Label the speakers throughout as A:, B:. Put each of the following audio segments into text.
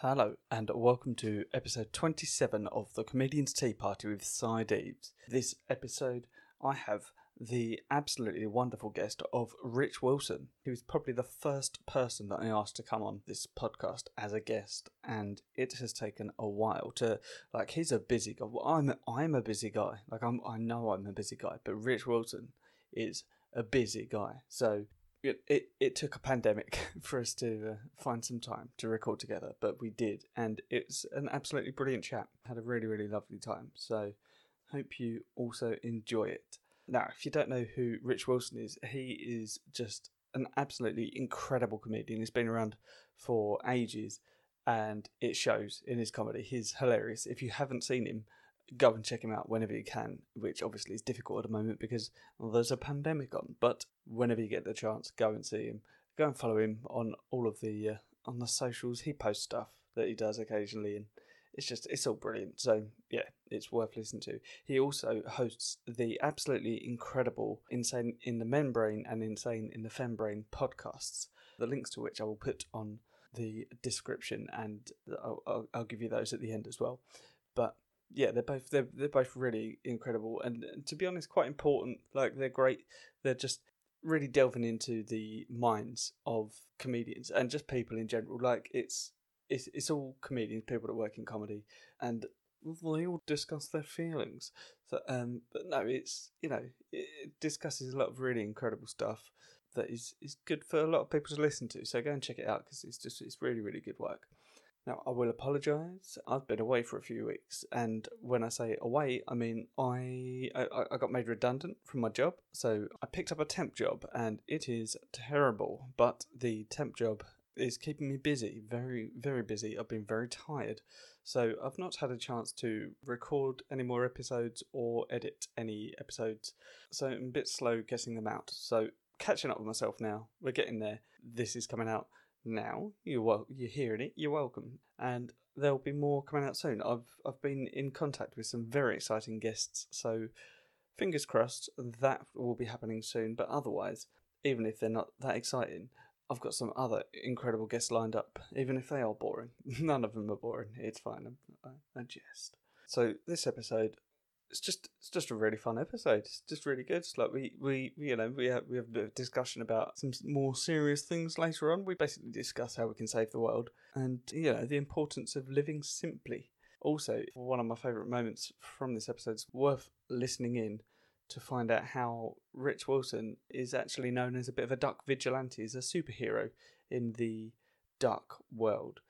A: Hello, and welcome to episode 27 of the Comedian's Tea Party with Cy Deeves. This episode, I have the absolutely wonderful guest of Rich Wilson, who is probably the first person that I asked to come on this podcast as a guest, and it has taken a while to like. He's a busy guy. Well, I'm I'm a busy guy. Like I'm I know I'm a busy guy, but Rich Wilson is a busy guy. So it, it, it took a pandemic for us to uh, find some time to record together, but we did, and it's an absolutely brilliant chat. Had a really, really lovely time. So, hope you also enjoy it. Now, if you don't know who Rich Wilson is, he is just an absolutely incredible comedian. He's been around for ages, and it shows in his comedy. He's hilarious. If you haven't seen him, go and check him out whenever you can, which obviously is difficult at the moment because well, there's a pandemic on. But whenever you get the chance, go and see him. Go and follow him on all of the uh, on the socials. He posts stuff that he does occasionally, and it's just it's all brilliant. So yeah, it's worth listening to. He also hosts the absolutely incredible Insane in the Membrane and Insane in the Fembrane podcasts. The links to which I will put on the description, and I'll, I'll, I'll give you those at the end as well. But yeah, they're both they're they're both really incredible and, and to be honest, quite important. Like they're great. They're just really delving into the minds of comedians and just people in general. Like it's it's it's all comedians, people that work in comedy, and they all discuss their feelings. So, um, but no, it's you know it discusses a lot of really incredible stuff that is is good for a lot of people to listen to. So go and check it out because it's just it's really really good work. Now, I will apologise. I've been away for a few weeks, and when I say away, I mean I, I I got made redundant from my job, so I picked up a temp job, and it is terrible. But the temp job is keeping me busy, very very busy. I've been very tired, so I've not had a chance to record any more episodes or edit any episodes, so I'm a bit slow getting them out. So catching up with myself now. We're getting there. This is coming out now. You're wel- you're hearing it. You're welcome, and there'll be more coming out soon. I've I've been in contact with some very exciting guests, so fingers crossed that will be happening soon. But otherwise, even if they're not that exciting, I've got some other incredible guests lined up. Even if they are boring, none of them are boring. It's fine. I, I, I jest. So this episode. It's just it's just a really fun episode. It's just really good. It's like we we you know we have, we have a bit of discussion about some more serious things later on. We basically discuss how we can save the world and you know the importance of living simply. Also, one of my favorite moments from this episode is worth listening in to find out how Rich Wilson is actually known as a bit of a duck vigilante, is a superhero in the duck world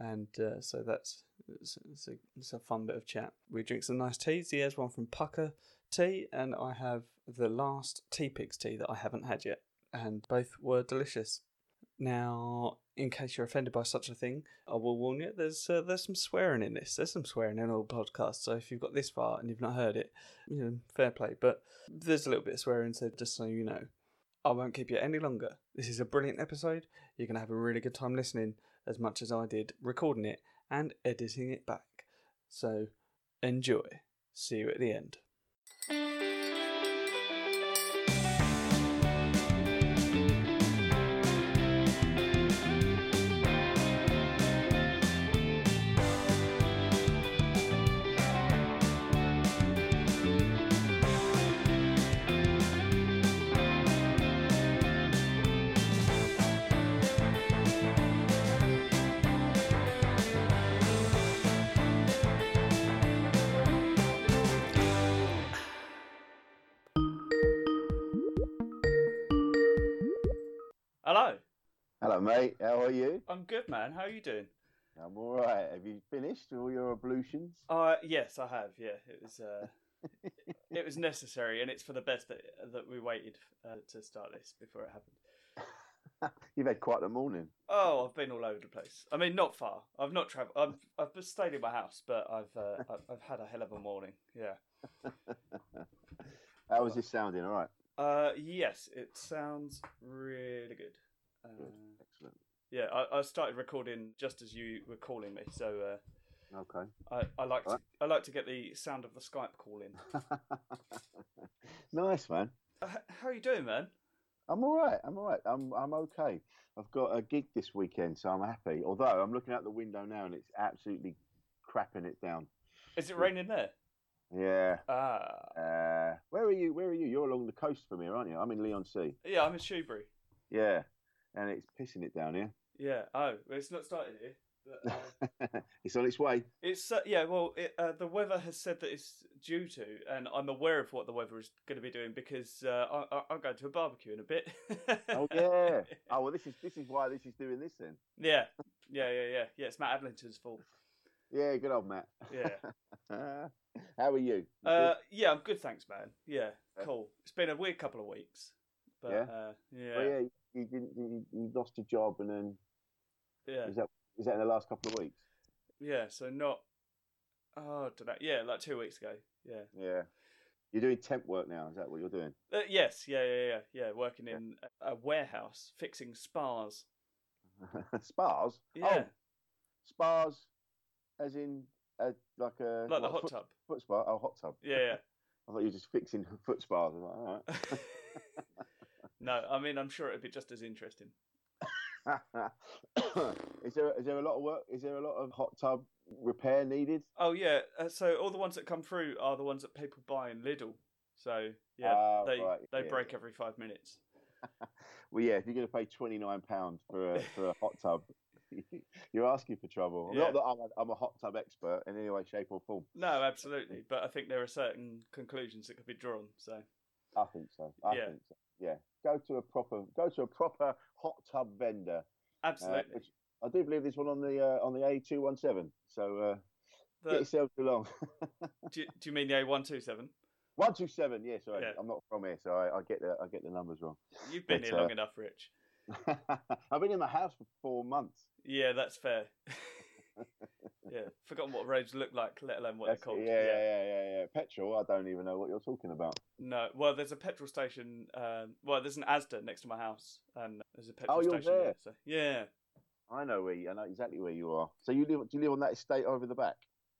A: and uh, so that's it's, it's, a, it's a fun bit of chat. We drink some nice teas. He has one from Pucker Tea, and I have the last Tea Pigs tea that I haven't had yet, and both were delicious. Now, in case you're offended by such a thing, I will warn you. There's uh, there's some swearing in this. There's some swearing in all podcasts. So if you've got this far and you've not heard it, you know, fair play. But there's a little bit of swearing, so just so you know. I won't keep you any longer. This is a brilliant episode. You're going to have a really good time listening as much as I did recording it and editing it back. So enjoy. See you at the end. Hello.
B: Hello, mate. How are you?
A: I'm good, man. How are you doing?
B: I'm all right. Have you finished all your ablutions?
A: Uh, yes, I have. Yeah, it was. Uh, it was necessary, and it's for the best that that we waited uh, to start this before it
B: happened. You've had quite the morning.
A: Oh, I've been all over the place. I mean, not far. I've not traveled. I've I've just stayed in my house, but I've uh, I've, I've had a hell of a morning. Yeah.
B: How was this sounding? All right.
A: Uh, yes, it sounds really good. Uh,
B: Excellent.
A: Yeah, I, I started recording just as you were calling me, so
B: uh, okay.
A: I, I like to, I like to get the sound of the Skype call in.
B: nice man.
A: Uh, h- how are you doing, man?
B: I'm all right. I'm all right. I'm I'm okay. I've got a gig this weekend, so I'm happy. Although I'm looking out the window now and it's absolutely crapping it down.
A: Is it raining there?
B: Yeah.
A: Ah,
B: Uh, where are you? Where are you? You're along the coast from here, aren't you? I'm in Leon Sea.
A: yeah, I'm in Shoebury.
B: Yeah. And it's pissing it down here.
A: Yeah. Oh, well, it's not started here. But, uh,
B: it's on its way.
A: It's uh, yeah. Well, it, uh, the weather has said that it's due to, and I'm aware of what the weather is going to be doing because uh, I, I, I'm going to a barbecue in a bit.
B: Oh yeah. oh well, this is this is why this is doing this then.
A: yeah, yeah, yeah, yeah, yeah. It's Matt Adlington's fault.
B: Yeah. Good old Matt.
A: Yeah.
B: How are you? You
A: Uh, yeah, I'm good, thanks, man. Yeah,
B: Yeah.
A: cool. It's been a weird couple of weeks, but
B: Yeah?
A: uh, yeah,
B: good? Oh, yeah. You didn't. You, you lost your job, and then
A: yeah,
B: is that is that in the last couple of weeks?
A: yeah. So not. Oh, I don't know. Yeah, like two weeks ago. Yeah.
B: Yeah. You're doing temp work now. Is that what you're doing?
A: Uh, yes. Yeah. Yeah. Yeah. Yeah. Working
B: Yeah.
A: in a- a warehouse fixing spars.
B: spas.
A: Yeah.
B: Oh, spas, as in a, like a
A: like the
B: what,
A: hot
B: foot,
A: tub.
B: foot spa. Oh, hot tub.
A: Yeah. yeah.
B: I thought you were just fixing foot spas. I'm like, all right.
A: no, I mean I'm sure it'd be just as interesting.
B: is there is there a lot of work? Is there a lot of hot tub repair needed?
A: Oh yeah, uh, so all the ones that come through are the ones that people buy in Lidl. So yeah,
B: Ah,
A: they
B: right,
A: they
B: yeah,
A: break
B: yeah.
A: every five minutes.
B: Well, yeah. If you're going to pay twenty nine pounds for a, for a hot tub, you're asking for trouble.
A: Yeah.
B: Not that I'm a, I'm a hot tub expert in any way, shape, or form.
A: No, absolutely, but I think there are certain conclusions that could be drawn. So
B: I think so. I
A: Yeah.
B: think so. Yeah. Go to a proper go to a proper hot tub vendor. uh,
A: absolutely,
B: which I do believe there's one on the uh, on the A two one seven. So uh,
A: The-
B: get yourselves along.
A: do, you- do you mean the A one two seven?
B: one two seven. Yeah, sorry,
A: Yeah.
B: I'm not from here, so I, I get the I get the numbers wrong.
A: You've been
B: It's,
A: here long enough, Rich.
B: I've been in the house for four months.
A: Yeah, that's fair. yeah, forgotten what roads look like, let alone what
B: That's-
A: they're
B: yeah,
A: called.
B: yeah, yeah, yeah, yeah. Petrol. I don't even know what you're talking about.
A: No, well, there's a petrol station. Um, well, there's an Asda next to my house, and there's a petrol
B: Oh, you're
A: station
B: there.
A: So, yeah,
B: I know where you, I know exactly where you are. So you live? Do you live on that estate over the back?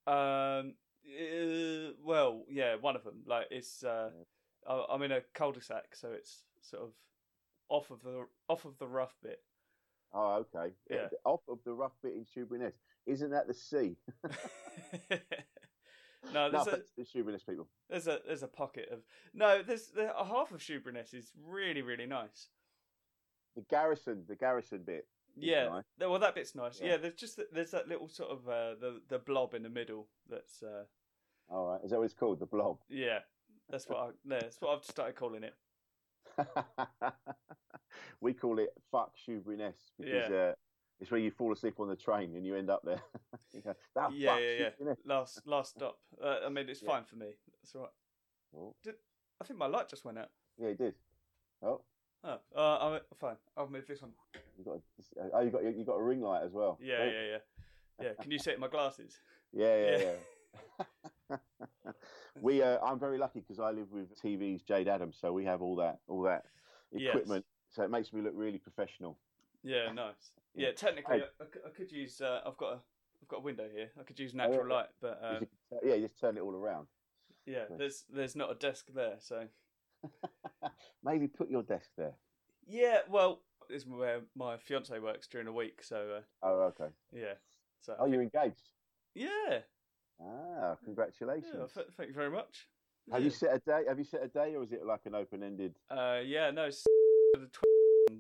A: Um. Uh, well, yeah, one of them. Like it's. Uh, I- I'm in a cul-de-sac, so it's sort of off of the off of the rough bit.
B: Oh, okay.
A: Yeah.
B: Off of the rough bit in Shoebury Isn't that the sea?
A: no,
B: no,
A: there's a
B: that's the Shoebury people.
A: there's a there's a pocket of no. There's the a half of Shoebriness is really really nice.
B: The garrison, the garrison bit. is
A: Yeah.
B: nice.
A: no, Well, that bit's nice. Yeah.
B: Yeah.
A: there's just that- there's that little sort of uh, the the blob in the middle. That's uh,
B: All right. Is that what it's called? The blob.
A: yeah. That's what I, no, that's what I've started calling it.
B: we call it fuck Shoebury Ness because uh, it's where you fall asleep on the train and you end up there. You go, "Ah,
A: Yeah,
B: fuck
A: yeah, yeah.
B: Shoebury Ness."
A: Last last stop. Uh, I mean, it's
B: Yeah.
A: fine for me. That's all right.
B: Oh,
A: I think my light just went out.
B: yeah, it did. Oh,
A: Oh, uh, I'm, fine. I'll move this one.
B: you got a, oh, you got you got a ring light as well. Oh,
A: Yeah, yeah, yeah. Yeah, can you see it in my glasses?
B: yeah, yeah.
A: Yeah.
B: yeah. we, uh, I'm very lucky because I live with TV's Jade Adams, so we have all that all that
A: Yes.
B: equipment. So it makes me look really professional.
A: Yeah, nice. Yeah,
B: Yeah.
A: technically,
B: Hey.
A: I, I could- I could use. Uh, I've got a, I've got a window here. I could use natural
B: Oh, yeah.
A: light, but
B: You
A: um,
B: should- yeah, you just turn it all around.
A: yeah,
B: Nice.
A: there's there's not a desk there. So
B: Maybe put your desk there.
A: yeah, well, this is where my fiance works during the week. So uh,
B: Oh, okay.
A: yeah, so
B: Oh, you're engaged.
A: yeah,
B: Ah, congratulations.
A: yeah. Th- thank you very much.
B: Have
A: yeah.
B: you set a day? Have you set a day, or is it like an open-ended?
A: Uh, yeah, no, it's the tw-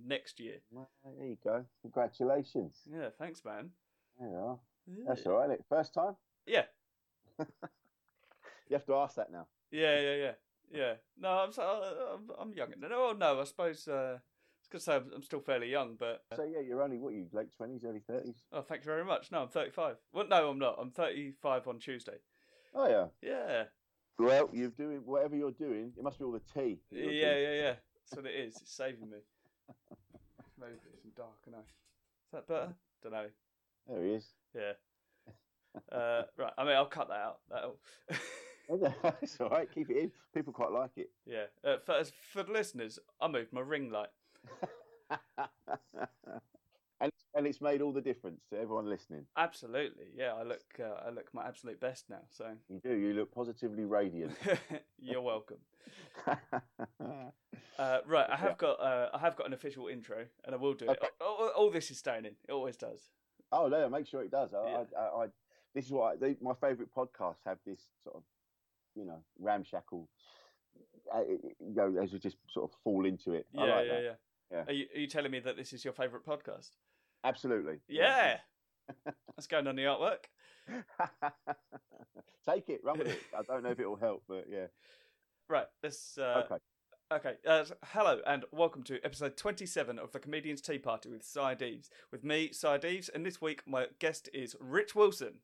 A: next year.
B: Well, There you go. Congratulations.
A: Yeah, thanks, man.
B: There you are.
A: Yeah.
B: That's all right. Isn't it? First time.
A: Yeah.
B: You have to ask that now.
A: Yeah, yeah, yeah, yeah. No, I'm so, uh, I'm, I'm young. No, no, I suppose uh, I was gonna say I'm, I'm still fairly young, but
B: So yeah, you're only what are you late twenties, early thirties.
A: oh, thank you very much. No, I'm 35. Well, no, I'm not. I'm 35 on Tuesday.
B: Oh yeah.
A: Yeah,
B: Well, you're doing whatever you're doing. It must be all the tea. that you're
A: yeah,
B: drinking.
A: yeah, yeah. That's what it is. It's saving me. Maybe it's in dark, I know. Is that better? Don't know.
B: There he is.
A: Yeah. Uh, right. I mean, I'll cut that out. That'll.
B: It's all right. Keep it in. People quite like it.
A: yeah. Uh, for, for the listeners, I moved my ring light.
B: and and it's made all the difference to everyone listening.
A: Absolutely. Yeah. I look. Uh, I look my absolute best now. So.
B: You do. You look positively radiant.
A: You're welcome. Uh, right, I have
B: Yeah.
A: got uh, I have got an official intro, and I will do it.
B: Okay.
A: All, all- all this is staying in. It always does.
B: Oh no, make sure it does. I,
A: Yeah.
B: I, I, I this is why they, my favourite podcasts have this sort of, you know, ramshackle. Uh, you know, as you just sort of fall into it.
A: Yeah,
B: I like
A: yeah,
B: that.
A: yeah,
B: Yeah.
A: Are you, are you telling me that this is your favourite podcast?
B: Absolutely.
A: Yeah. That's going on the artwork.
B: Take it, run with it. I don't know if it will help, but yeah.
A: Right. Let's. Uh,
B: okay.
A: Okay. Uh, hello and welcome to episode 27 of the Comedians Tea Party with Cy Deeves. With me, Cy Deeves, and this week my guest is Rich Wilson.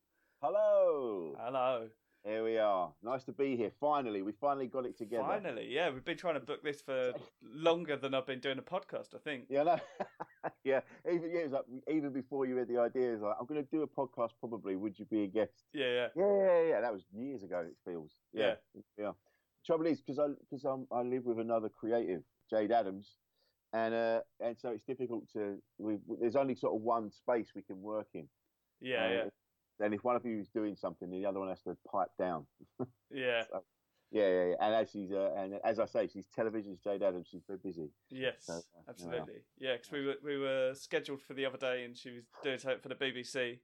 B: Hello.
A: Hello.
B: Here we are. Nice to be here. Finally, we finally got it together.
A: Finally, yeah, we've been trying to book this for longer than I've been doing a podcast. I think.
B: Yeah, no. yeah. Even yeah, it was like, even before you had the idea, it was like, I'm going to do a podcast. Probably, would you be a guest?
A: Yeah, yeah.
B: Yeah, yeah, yeah. That was years ago. It feels.
A: Yeah.
B: yeah. Trouble is, because I because I'm I live with another creative, Jade Adams, and uh and so it's difficult to. We, there's only sort of one space we can work in.
A: Yeah, yeah,
B: And Then if one of you is doing something, the other one has to pipe down.
A: yeah.
B: Yeah, yeah, yeah. And as she's uh, and as I say, she's television's Jade Adams. She's very busy.
A: Yes,
B: So, uh, yeah.
A: absolutely. Yeah, because we were we were scheduled for the other day, and she was doing something for the BBC.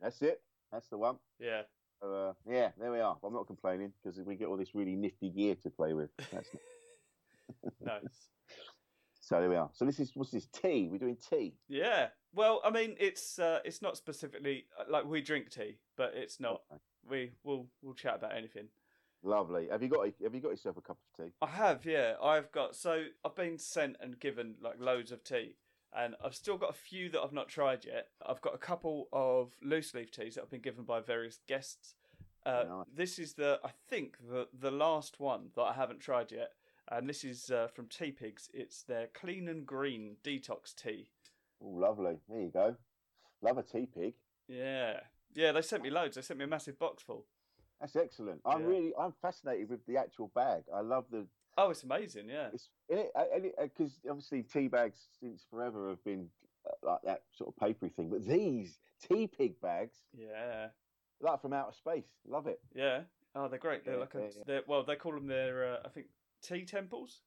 B: That's it. That's the one.
A: Yeah,
B: So, uh, yeah, there we are. I'm not complaining because we get all this really nifty gear to play with. That's
A: nice.
B: so there we are. So this is what's this tea? We're doing tea.
A: yeah. Well, I mean, it's uh, it's not specifically uh, like we drink tea, but it's not.
B: Okay.
A: We will we'll chat about anything.
B: Lovely. Have you got Have you got yourself a cup of tea?
A: I have, yeah. I've got so I've been sent and given like loads of tea, and I've still got a few that I've not tried yet. I've got a couple of loose leaf teas that I've been given by various guests. Uh,
B: Nice.
A: This is the I think the the last one that I haven't tried yet, and this is uh, from Tea Pigs. It's their clean and green detox tea.
B: Oh, lovely. There you go. Love a tea pig.
A: Yeah, yeah. They sent me loads. They sent me a massive box full.
B: That's excellent. I'm
A: Yeah.
B: really I'm fascinated with the actual bag. I love the
A: Oh, it's amazing. Yeah,
B: It's because uh, obviously tea bags since forever have been uh, like that sort of papery thing, but these tea pig bags,
A: yeah.
B: like from outer space, love it.
A: Yeah. Oh, they're great. They're
B: Yeah,
A: like a,
B: yeah, yeah.
A: They're, well, they call them their uh, I think tea temples,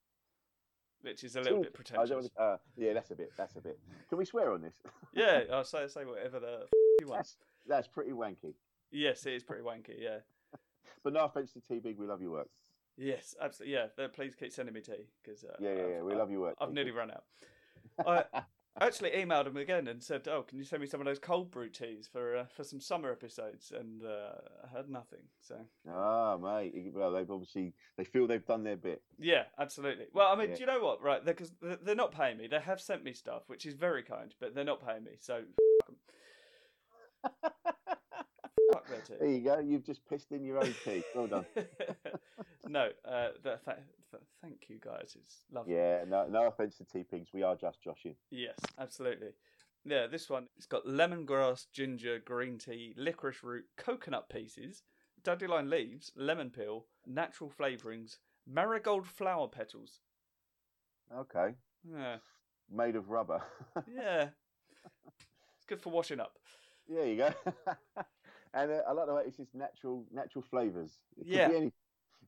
A: which is a little
B: Tea-
A: bit
B: I
A: pretentious.
B: don't wanna- uh, yeah, that's a bit. That's a bit. Can we swear on this?
A: Yeah, I'll say say whatever the f- you want.
B: that's that's pretty wanky.
A: Yes, it is pretty wanky. Yeah.
B: But no offense to tea pig, we love your work.
A: Yes, absolutely. Yeah. then Please keep sending me tea because uh,
B: Yeah, yeah, yeah, we
A: I've,
B: love your work.
A: I've
B: Tea
A: nearly
B: Pig.
A: run out. I actually emailed him again and said, "Oh, can you send me some of those cold brew teas for uh, for some summer episodes?" And uh, I heard nothing. So
B: Ah, mate. you- Well, they've obviously they feel they've done their bit.
A: Yeah, absolutely. Well, I mean,
B: Yeah.
A: do you know what? Right, because they're, they're not paying me. They have sent me stuff, which is very kind, but they're not paying me. So f- 'em. fuck their
B: There
A: tea.
B: you go. You've just pissed in your own tea. Well done.
A: no, uh, th- th- th- thank you guys. It's lovely.
B: Yeah. No, no offense to tea pigs. We are just joshing.
A: Yes, absolutely. Yeah, this one it's got lemongrass, ginger, green tea, licorice root, coconut pieces, dandelion leaves, lemon peel, natural flavorings, marigold flower petals. Ah,
B: Okay.
A: Yeah,
B: Made of rubber.
A: yeah. It's good for washing up.
B: there you go. and uh, I like the way it's just natural, natural flavors. It could
A: Yeah.
B: Be any,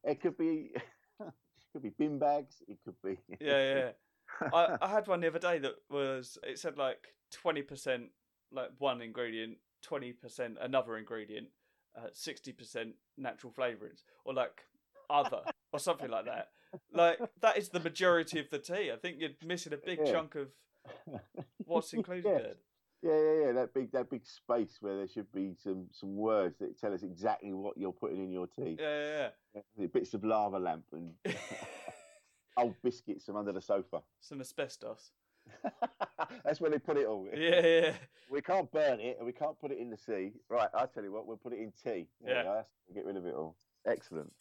B: it could be. it could be bin bags. It could be.
A: yeah, yeah. I, I had one the other day that was it said like twenty percent like one ingredient, twenty percent another ingredient, uh, sixty percent natural flavourings, or like other or something like that. Like that is the majority of the tea. I think you're missing a big
B: Yeah.
A: chunk of what's included
B: Yes.
A: there.
B: Yeah, yeah, yeah. That big, that big space where there should be some, some words that tell us exactly what you're putting in your tea.
A: Yeah,
B: Bits of lava lamp and
A: yeah, yeah.
B: old biscuits from under the sofa.
A: Some asbestos.
B: That's where they put it all.
A: Yeah, yeah, yeah.
B: We can't burn it and we can't put it in the sea. Right, I tell you what, we'll put it in tea. There we
A: Yeah.
B: go, that's- get rid of it all. Excellent.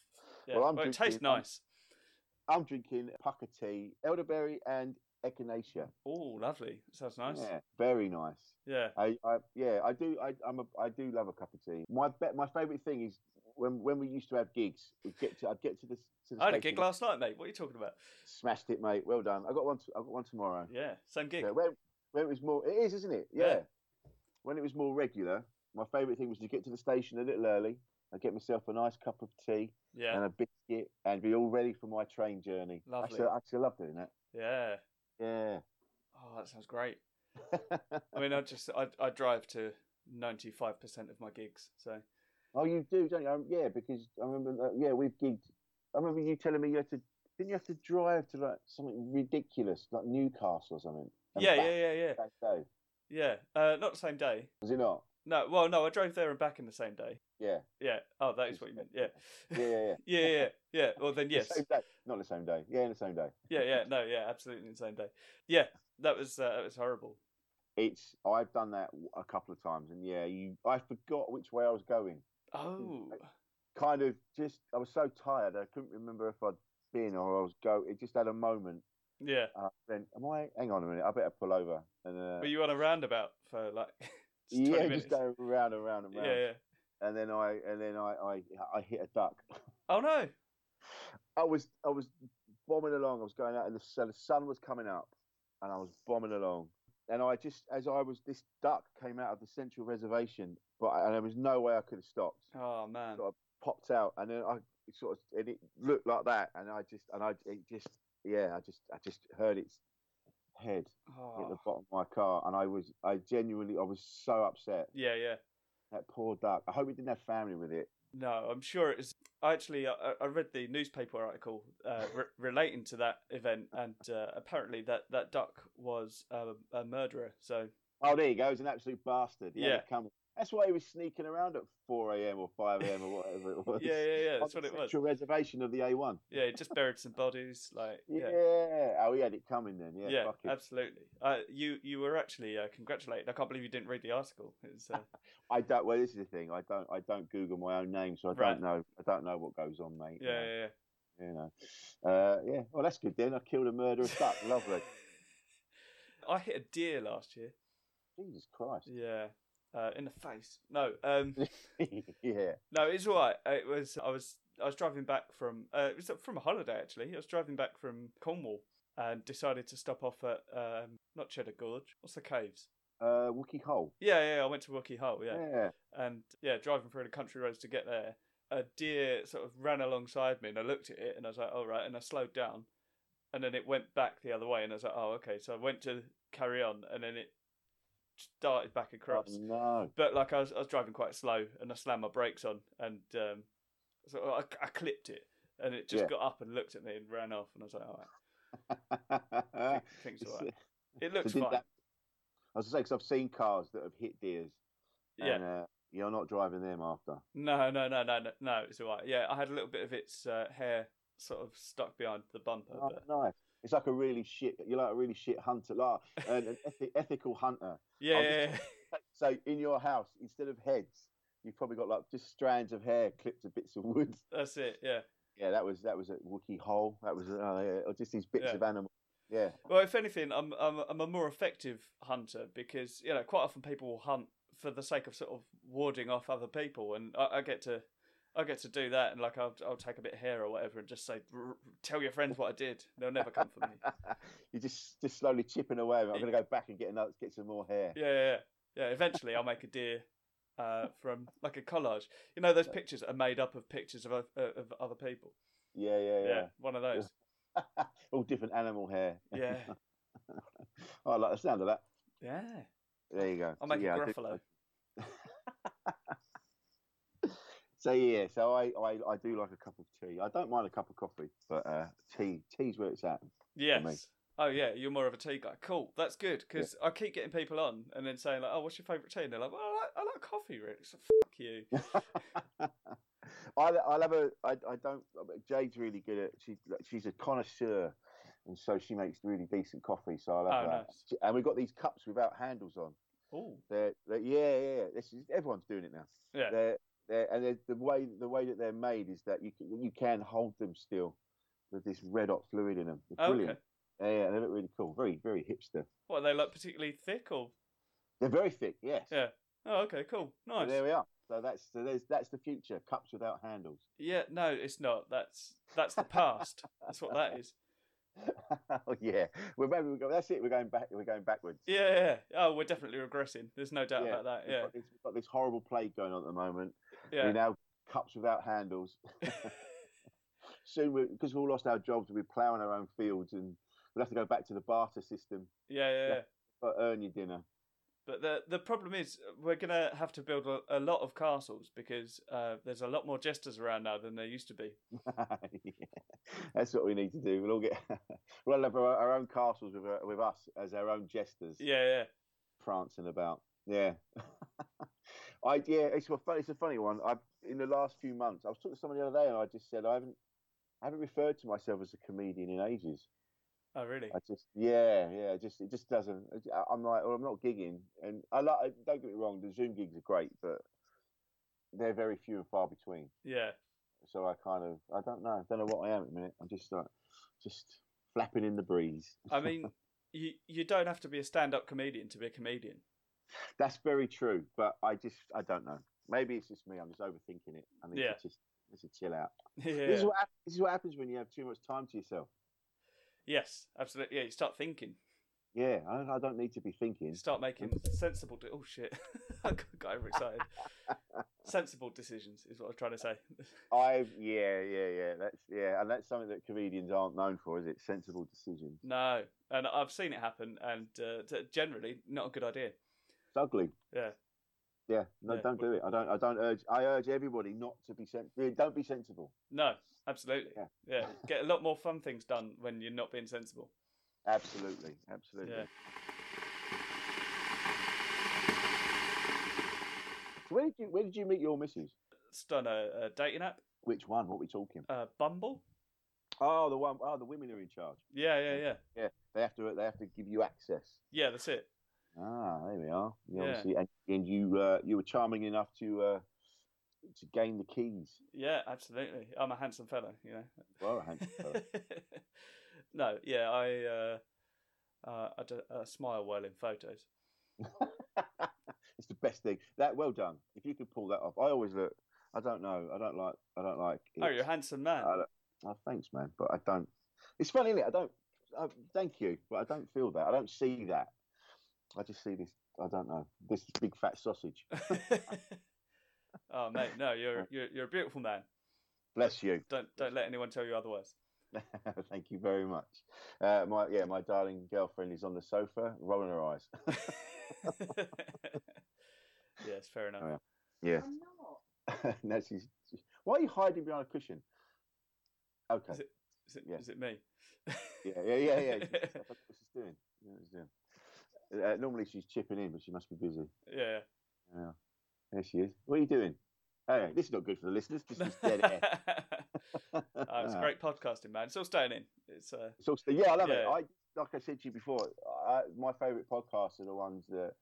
A: yeah.
B: Well, I'm
A: well, it
B: drinking-
A: tastes nice.
B: I'm drinking pucker tea, elderberry and echinacea.
A: Oh, lovely. Sounds nice.
B: Yeah, very nice.
A: Yeah,
B: I, I yeah, I do. I, I'm a, I do love a cup of tea. My be, my favourite thing is when when we used to have gigs. We get to I'd get to the, to the
A: I had a
B: station,
A: gig last night, mate. What are you talking about?
B: Smashed it, mate. Well done. I got one. t I got one tomorrow.
A: Yeah, same gig.
B: Yeah, when, when it was more, it is, isn't it? Yeah.
A: Yeah.
B: When it was more regular, my favourite thing was to get to the station a little early. I get myself a nice cup of tea
A: Yeah.
B: and a biscuit and be all ready for my train journey.
A: Lovely.
B: Actually, I actually love doing that.
A: yeah.
B: Yeah.
A: Oh, that sounds great. I mean, I just I, I drive to ninety five percent of my gigs, so
B: oh, you do, don't you? Um, yeah, because I remember. That, yeah, we've gigged. I remember you telling me you had to. Didn't you have to drive to like something ridiculous, like Newcastle or something? and
A: yeah,
B: back
A: yeah, yeah, yeah,
B: that day?
A: yeah. Uh, not the same day.
B: Was it not?
A: No, well, no, I drove there and back in the same day.
B: Yeah.
A: Yeah. Oh, that is what you meant. Yeah.
B: Yeah, yeah, yeah.
A: Yeah, yeah, yeah. Well, then
B: The
A: yes.
B: same day. Not the same day. Yeah, the same day.
A: Yeah, yeah. No, yeah. Absolutely the same day. Yeah, that was uh, that was horrible.
B: It's. I've done that a couple of times, and yeah, you. I forgot which way I was going.
A: Oh,
B: kind of just I was so tired I couldn't remember if I'd been or I was go. It just had a moment.
A: yeah.
B: Uh, then am I? Hang on a minute. I better pull over. And uh,
A: Were you on a roundabout for like? just 20
B: yeah,
A: minutes?
B: just go round and round and
A: yeah,
B: round.
A: yeah.
B: And then I and then I, I I hit a duck.
A: Oh no.
B: I was I was bombing along. I was going out and the, so the sun was coming up, and I was bombing along. And I just as I was this duck came out of the central reservation, but I, and there was no way I could have stopped.
A: Oh man.
B: Got popped out, and then I it sort of and it looked like that, and I just and I it just yeah, I just I just heard its head hit the
A: Oh.
B: bottom of my car, and I was I genuinely I was so upset.
A: Yeah, yeah.
B: That poor duck. I hope it didn't have family with it.
A: No, I'm sure it was. Actually, I, I- I read the newspaper article uh, re- relating to that event, and uh, apparently that that duck was um, a murderer. So
B: Oh, there you go. It was an absolute bastard. He had
A: Yeah.
B: it coming. That's why he was sneaking around at 4 a.m. or 5 a.m. or whatever it was.
A: yeah, yeah, yeah.
B: On
A: That's
B: the
A: what it was.
B: Central reservation of the A1.
A: Yeah, he just buried some bodies. Like
B: Yeah.
A: yeah,
B: Oh, he had it coming then.
A: yeah,
B: Yeah. fuck it.
A: absolutely. Uh, you you were actually uh, congratulated. I can't believe you didn't read the article. It's uh,
B: I don't. Well, this is the thing. I don't. I don't Google my own name, so I
A: Right.
B: don't know. I don't know what goes on, mate. you
A: yeah,
B: know.
A: yeah,
B: You know. Uh, yeah. Well, that's good then. I killed a murderer duck.
A: yeah.
B: Lovely.
A: I hit a deer last year.
B: Jesus Christ.
A: Yeah, uh, in the face. No, um,
B: yeah.
A: No, it's all right. It was I was I was driving back from uh, it was from a holiday actually. I was driving back from Cornwall and decided to stop off at um, not Cheddar Gorge. What's the caves?
B: Uh, Wookie Hole.
A: Yeah, yeah. I went to Wookie Hole. Yeah,
B: Yeah.
A: and yeah, driving through the country roads to get there. A deer sort of ran alongside me, and I looked at it, and I was like, "All right," and I slowed down, and then it went back the other way, and I was like, "Oh, okay." So I went to carry on, and then it darted back across
B: Oh, no.
A: but like I was, I was driving quite slow and I slammed my brakes on and um, so I, I clipped it and it just
B: Yeah.
A: got up and looked at me and ran off and I was like, all right,
B: So
A: things
B: So-
A: all right. It looks
B: uh, did
A: fine.
B: that- I was saying, because I've seen cars that have hit deers.
A: yeah.
B: And, uh, you're not driving them after.
A: No, no, no, no, no, no. It's all right. Yeah, I had a little bit of its uh, hair sort of stuck behind the bumper.
B: Oh,
A: But
B: nice. It's like a really shit. You're like a really shit hunter, like an, an ethi- ethical hunter.
A: yeah,
B: I'll
A: yeah,
B: just-
A: yeah.
B: So in your house, instead of heads, you've probably got like just strands of hair clipped to bits of wood.
A: that's it. Yeah.
B: Yeah, that was that was a Wookiee hole. That was uh, yeah, or just these bits
A: Yeah.
B: of animal. Yeah,
A: Well, if anything, I'm, I'm I'm a more effective hunter because you know quite often people will hunt for the sake of sort of warding off other people, and I, I get to I get to do that, and like I'll I'll take a bit of hair or whatever, and just say "R- tell your friends what I did. They'll never come for me.
B: you're just just slowly chipping away. I'm gonna go back and get another, get some more hair.
A: Yeah, yeah, yeah. yeah eventually, I'll make a deer uh, from like a collage. You know, those pictures that are made up of pictures of oth- uh, of other people.
B: Yeah, yeah,
A: Yeah,
B: yeah.
A: one of those.
B: All different animal hair.
A: Yeah,
B: Oh, I like the sound of that.
A: yeah.
B: There you go.
A: I'll make
B: yeah,
A: a
B: I do-
A: Gruffalo.
B: So yeah, so I, I I do like a cup of tea. I don't mind a cup of coffee, but uh, tea tea's where it's at.
A: Yes. Oh yeah, you're more of a tea guy. Cool, that's good because I keep getting people on and then saying like, "Oh, what's your favourite tea?" And they're like, "Well, I like, I like coffee, really." So fuck you.
B: I I love a I I don't Jade's really good at she she's a connoisseur, and so she makes really decent coffee. So I love
A: Oh,
B: that.
A: nice.
B: She- And we've got these cups without handles on.
A: Oh,
B: They're, they're yeah yeah. yeah. This is, everyone's doing it now.
A: Yeah.
B: They're, they're, and they're, the way the way that they're made is that you can, you can hold them still with this red hot fluid in them. They're brilliant.
A: Oh, okay.
B: Yeah, yeah, they look really cool. Very very hipster.
A: What are they like particularly thick or?
B: They're very thick. Yes.
A: Yeah. Oh, okay, cool,
B: So
A: nice.
B: there we are. So that's so there's, that's the future. Cups without handles.
A: Yeah, no, it's not. That's that's the past. that's what that is.
B: oh yeah. Well, maybe we go. That's it. We're going back. We're going backwards.
A: Yeah, yeah, yeah. Oh, we're definitely regressing. There's no doubt about that.
B: We've
A: Yeah,
B: got, this, we've got this horrible plague going on at the moment.
A: yeah.
B: We now cups without handles. Soon, because we all lost our jobs, we're ploughing our own fields, and we'll have to go back to the barter system
A: Yeah, yeah, yeah.
B: Yeah. for earn your dinner.
A: But the the problem is we're gonna have to build a, a lot of castles because uh, there's a lot more jesters around now than there used to be.
B: Yeah. That's what we need to do. We'll all get we'll have our, our own castles with our- with us as our own jesters.
A: Yeah, yeah.
B: prancing about. Yeah. I yeah, it's a funny, it's a funny one. I in the last few months, I was talking to somebody the other day, and I just said I haven't I haven't referred to myself as a comedian in ages.
A: Oh, really?
B: I just yeah, yeah, it just it just doesn't. I- I'm like, well, I'm not gigging, and I like. Don't get me wrong, the Zoom gigs are great, but they're very few and far between.
A: Yeah,
B: So I kind of I don't know, don't know what I am at the minute. I'm just like just flapping in the breeze.
A: I mean, you you don't have to be a stand up comedian to be a comedian.
B: That's very true, but I just I don't know. Maybe it's just me. I'm just overthinking it. I need
A: Yeah.
B: to just need to chill out. This is
A: Yeah.
B: what hap- this is what happens when you have too much time to yourself.
A: Yes, absolutely. Yeah, you start thinking.
B: Yeah, I, don't- I don't need to be
A: You
B: thinking.
A: start making sensible. De- oh shit! I got- got overexcited. sensible decisions is what I'm trying to say.
B: I yeah yeah yeah. That's yeah, and that's something that comedians aren't known for, is it? Sensible decisions.
A: No, and I've seen it happen, and uh, t- generally not a good idea.
B: It's ugly.
A: Yeah,
B: Yeah, no,
A: Yeah.
B: don't do it. I don't. I don't urge. I urge everybody not to be sensible. Don't be sensible.
A: no, absolutely.
B: Yeah.
A: yeah, get a lot more fun things done when you're not being sensible.
B: Absolutely, absolutely.
A: Yeah.
B: So where did you where did you meet your missus?
A: Just on a, a dating app,
B: Which one? What we talking?
A: uh, Bumble.
B: Oh, the one. Oh, the women are in charge.
A: Yeah, yeah, yeah,
B: They have to. They have to give you access.
A: yeah. That's it.
B: Ah, there we are. You
A: Yeah.
B: Obviously, and, and you uh, you were charming enough to uh, to gain the keys.
A: Yeah, absolutely. I'm a handsome fellow, you know.
B: Well, a handsome fella.
A: no, yeah, I uh, uh, I, d- I smile well in photos.
B: it's the best thing. That well done. If you could pull that off, I always look. I don't know. I don't like. I don't like.
A: Oh,
B: it.
A: you're a handsome man.
B: I don't- oh, thanks, man. But I don't. It's funny, is I don't. I, thank you, but I don't feel that. I don't see that. I just see this. I don't know. This big fat sausage.
A: oh mate, no, you're you're you're a beautiful man.
B: Bless you.
A: Don't don't let anyone tell you otherwise.
B: Thank you very much. Uh, my yeah, my darling girlfriend is on the sofa, rolling her eyes.
A: yes, fair enough.
B: Alright. Oh, Yeah.
C: I'm not.
B: now she's. Why are you hiding behind a cushion? Okay.
A: Is it- Is it,
B: Yeah.
A: is it me?
B: Yeah, yeah, yeah, yeah. That's what she's doing. Yeah, what she's doing. Uh, normally she's chipping in, but she must be busy.
A: yeah.
B: Yeah. There she is. What are you doing? Hey, this is not good for the listeners. This is dead Ah. air.
A: Oh, it's great podcasting, man. It's all staying in. It's uh,
B: It's also- yeah, I love it.
A: Yeah.
B: I like I said to you before, I, my favourite podcasts are the ones that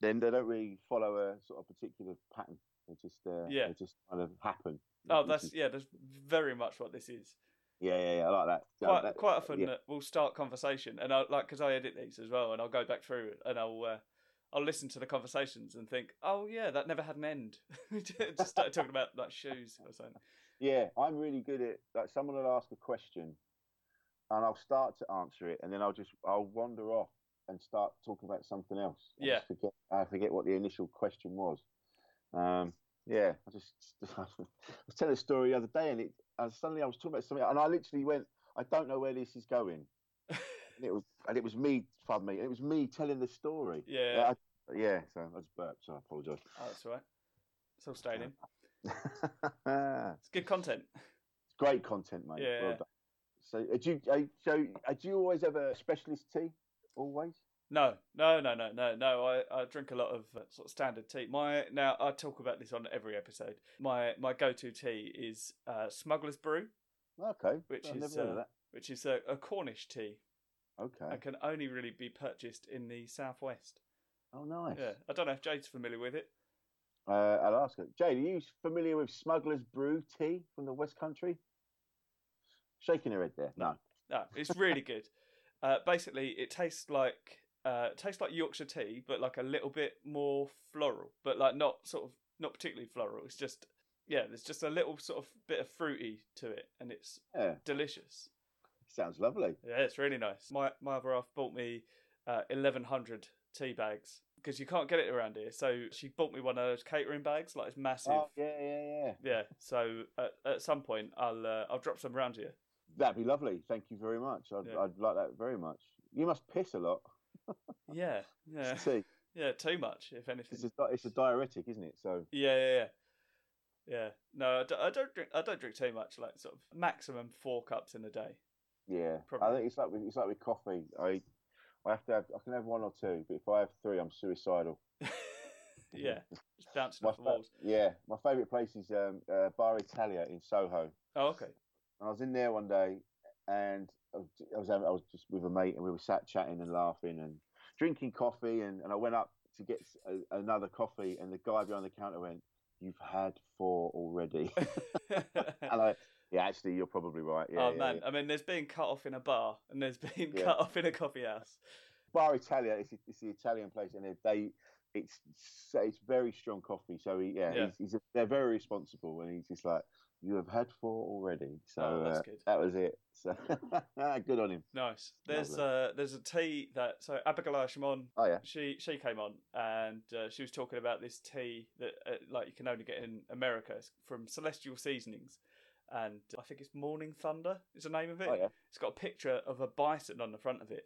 B: then they don't really follow a sort of particular pattern. They just uh,
A: Yeah.
B: they just kind of happen.
A: oh,
B: This
A: that's
B: is-
A: yeah, that's very much what this is.
B: yeah, yeah, yeah. I like that. Yeah,
A: quite
B: that-
A: quite often
B: yeah.
A: uh we'll start conversation and I like because I edit these as well and I'll go back through it and I'll uh, I'll listen to the conversations and think oh yeah that never had an end We just started talking about like shoes or something
B: Yeah, I'm really good at like someone will ask a question, and I'll start to answer it, and then I'll just I'll wander off and start talking about something else. I
A: Yeah.
B: just forget, I forget what the initial question was. Um, yeah, I just I was telling a story the other day, and it and suddenly I was talking about something, and I literally went, I don't know where this is going, and it was and it was me, pardon me, it was me telling the story.
A: yeah,
B: Yeah, I- yeah so I just burped, so I apologise.
A: Oh, that's all right it's all staying in
B: it's
A: it's good content
B: great content, mate. Well
A: Yeah.
B: done. So, uh, do you, uh, so uh, do you always have a specialist tea? Always?
A: no no no no no no I, I drink a lot of uh, sort of standard tea my now I talk about this on every episode my my go to tea is uh, Smuggler's Brew
B: Okay.
A: Which
B: I've
A: is,
B: never heard of
A: uh, which is a, a Cornish tea
B: that. Okay.
A: and can only really be purchased in the southwest
B: Oh, nice.
A: Yeah, I don't know if Jade's familiar with it.
B: Uh, I'll ask her. Jade, are you familiar with Smuggler's Brew tea from the West Country? Shaking her head there. No.
A: No, it's really good. Uh, basically, it tastes like uh, it tastes like Yorkshire tea, but like a little bit more floral, but like not sort of not particularly floral. It's just yeah, there's just a little sort of bit of fruity to it, and it's
B: Yeah.
A: delicious.
B: Sounds lovely.
A: Yeah, it's really nice. My my other half bought me uh, eleven hundred tea bags because you can't get it around here. So she bought me one of those catering bags, like it's massive.
B: Oh yeah, yeah, yeah.
A: Yeah, so at, at some point I'll uh, I'll drop some around here.
B: That'd be lovely. Thank you very much. I'd,
A: Yeah.
B: I'd like that very much. You must piss a lot.
A: Yeah, yeah,
B: See,
A: yeah. Too much, if anything.
B: it's a, it's a diuretic, isn't it? So
A: Yeah, yeah, yeah. Yeah. No, I don't, I don't drink. I don't drink too much. Like sort of maximum four cups in a day.
B: yeah, I
A: Probably.
B: think it's like with, it's like with coffee. I I have to have I can have one or two, but if I have three, I'm suicidal.
A: yeah, just bouncing
B: My
A: off the
B: fa-
A: walls.
B: yeah, my favourite place is um, uh, Bar Italia in Soho.
A: Oh, okay.
B: And I was in there one day, and I was, I was, having- I was just with a mate, and we were sat chatting and laughing and drinking coffee. And, and I went up to get s- a, another coffee, and the guy behind the counter went, "You've had four already." and I, yeah, actually, you're probably right. Yeah,
A: oh
B: yeah,
A: man,
B: yeah.
A: I mean, there's being cut off in a bar and there's being
B: Yeah.
A: cut off in a coffee house.
B: Bar Italia, it's, it's the Italian place, and they. they it's so it's very strong coffee, so he, yeah,
A: Yeah.
B: He's, he's they're very responsible, and he's just like, "You have had four already," so
A: oh, that's
B: uh,
A: good.
B: that was it. So good on him.
A: Nice. There's uh,
B: lovely.
A: there's a tea that so Abigail Shimon
B: Oh yeah,
A: she she came on and uh, she was talking about this tea that uh, like you can only get in America It's from Celestial Seasonings, and I think it's Morning Thunder is the name of it.
B: oh yeah.
A: It's got a picture of a bison on the front of it,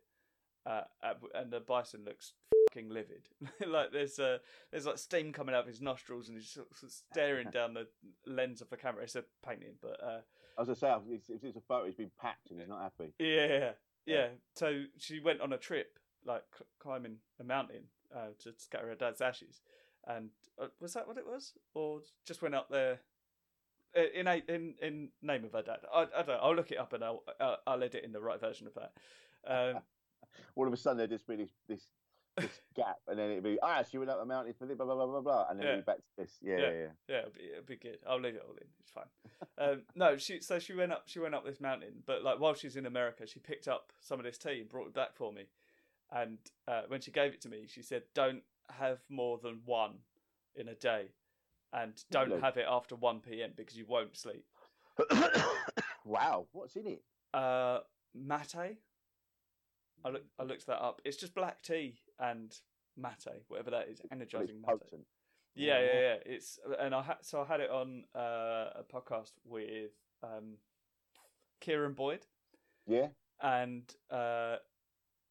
A: uh, uh, and the bison looks fucking livid. like there's uh, there's like steam coming out of his nostrils, and he's sort of staring down the lens of the camera. It's a painting, but uh,
B: As I say, I- it's, it's, it's a photo. He's been packed and he's not happy.
A: yeah, yeah.
B: Yeah.
A: So she went on a trip, like c- climbing a mountain uh, to scatter her dad's ashes, and uh, was that what it was, or just went up there i- in a, in in name of her dad? I, I don't. know. I'll look it up and I'll I'll I'll edit in the right version of that. Um,
B: All of a sudden, there'd just be this this, this gap, and then it'd be ah, she went up the mountain for this, blah blah blah blah blah, and then
A: Yeah.
B: it'd be back to this. Yeah,
A: Yeah.
B: yeah, yeah.
A: yeah, it'll be, it'll be good. I'll leave it all in. It's fine. Um, no, she so she went up she went up this mountain, but like while she's in America, she picked up some of this tea and brought it back for me. And uh, when she gave it to me, she said, "Don't have more than one in a day, and don't
B: Lovely.
A: have it after one p.m. because you won't sleep."
B: wow, what's in it?
A: Uh, mate, I look I looked that up. It's just black tea and mate, whatever that is,
B: Well, it's
A: energizing mate.
B: potent.
A: Yeah,
B: Yeah.
A: yeah, yeah. It's and I had so I had it on uh, a podcast with um, Kieran Boyd,
B: Yeah,
A: and uh,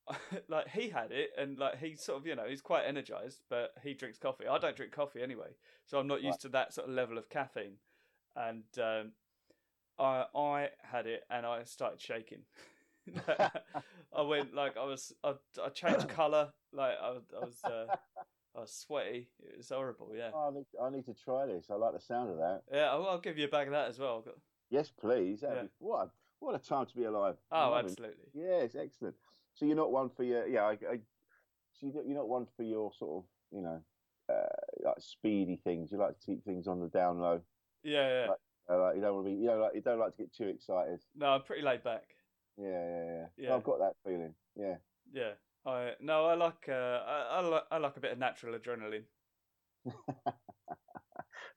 A: like he had it, and like he sort of you know he's quite energized, but he drinks coffee. I don't drink coffee anyway, so I'm not used
B: Right.
A: to that sort of level of caffeine. And um, I I had it, and I started shaking. I went like I was I, I changed color, like I, was- I was uh, I was sweaty. It was horrible. Yeah.
B: Oh, I, need, I need to try this. I like the sound of that.
A: Yeah, I'll, I'll give you a bag of that as well. I've got-
B: Yes, please. That'd
A: Yeah.
B: Be, what a, what a time to be alive. I
A: Oh,
B: love it.
A: absolutely.
B: Yeah, it's excellent. So you're not one for your yeah. I, I, so you're not- you're not one for your sort of you know uh, like speedy things. You like to keep things on the down low.
A: Yeah, yeah.
B: Right. Uh, like, you don't want to be, you know, like you don't like to get too excited.
A: No, I'm pretty laid back.
B: Yeah, yeah, yeah.
A: Yeah.
B: I've got that feeling. Yeah,
A: Yeah. I no, I like uh, I, I like I like a bit of natural adrenaline.
B: like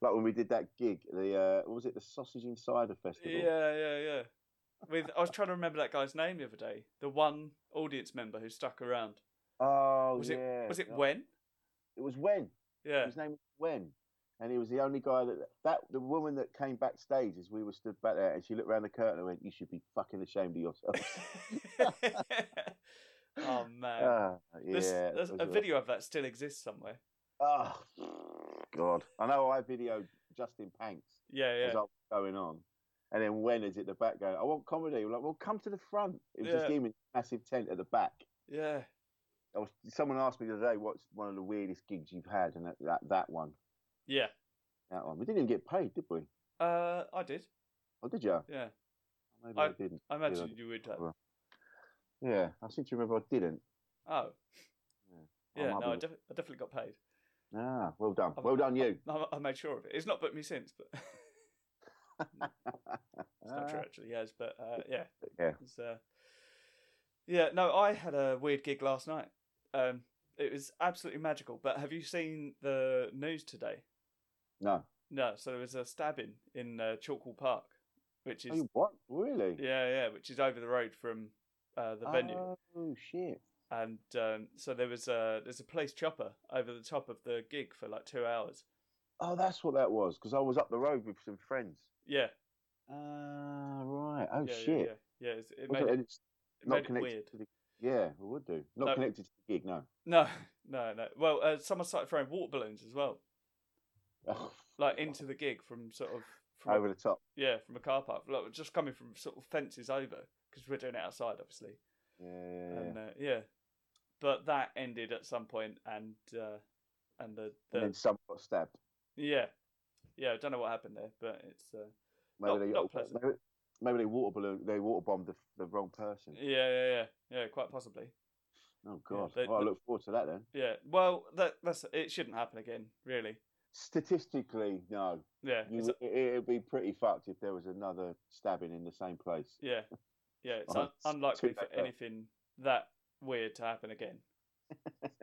B: when we did that gig, the uh, what was it, the Sausage and Cider Festival?
A: Yeah, yeah, yeah. With I was trying to remember that guy's name the other day. The one audience member who stuck around.
B: Oh,
A: Was it-
B: yeah.
A: Was it
B: No,
A: when?
B: It was Wen.
A: Yeah.
B: His name was Wen, and he was the only guy that that the woman that came backstage as we were stood back there, and she looked round the curtain and went, "You should be fucking ashamed of yourself."
A: oh man.
B: Ah, yeah.
A: There's-
B: that
A: there's
B: was
A: a
B: right.
A: video of that still exists somewhere.
B: Oh, God. I know I videoed Justin Panks.
A: Yeah, yeah.
B: as I was going on. And then when is it the back going, I want comedy? We're like, well, come to the front. It was just
A: Yeah.
B: him in a massive tent at the back.
A: Yeah.
B: I was, someone asked me the other day, what's one of the weirdest gigs you've had? And that, that, that one,
A: Yeah.
B: that one. We didn't even get paid, did we?
A: Uh I did.
B: Oh, did you?
A: Yeah.
B: Maybe
A: I-
B: I, didn't.
A: I imagine you would have.
B: Yeah, I seem to remember I didn't.
A: Oh.
B: I
A: Yeah,
B: might
A: no, I,
B: be-
A: def- I definitely got paid.
B: Ah, well done.
A: I'm-
B: well done, you.
A: I, I made sure of it. It's not booked me since, but It's not true, actually. Yes, but uh, yeah,
B: Ah. Yeah.
A: It's, uh, yeah. No, I had a weird gig last night. Um, it was absolutely magical. But have you seen the news today?
B: No.
A: No. So there was a stabbing in uh, Chalkwell Park which
B: Oh,
A: is
B: you what? Really?
A: yeah, yeah, which is over the road from uh, the venue.
B: Oh shit!
A: and um, so there was a there's a place chopper over the top of the gig for like two hours.
B: Oh, that's what that was because I was up the road with some friends.
A: Yeah.
B: Ah, right. Oh
A: yeah,
B: shit!
A: Yeah, yeah. yeah it's- it
B: Was
A: made
B: it-
A: it,
B: and it's
A: it,
B: not
A: made it
B: connected
A: weird.
B: to the. Yeah, it would do. Not
A: No.
B: connected to the gig, no.
A: No, no, no. Well, uh, someone started throwing water balloons as well, like into the gig from sort of from a-
B: over the top.
A: yeah from a car park, like just coming from sort of fences over because we're doing it outside, obviously.
B: Yeah, yeah, yeah.
A: And uh, yeah, but that ended at some point, and uh, and the, the
B: and then someone got stabbed.
A: yeah yeah I don't know what happened there, but it's uh,
B: Maybe
A: Not-
B: they
A: not pleasant.
B: maybe, maybe they water balloon. They water bombed the, the wrong person.
A: yeah yeah yeah yeah quite possibly.
B: Oh god!
A: they-
B: well, I
A: they-
B: look forward to that then.
A: Yeah. Well, that that's it shouldn't happen again, really.
B: Statistically, no.
A: Yeah.
B: You,
A: it's-
B: it, it'd be pretty fucked if there was another stabbing in the same place.
A: yeah. Yeah. It's
B: Oh,
A: un-
B: it's too
A: unlikely for
B: bad, though.
A: anything that weird to happen again.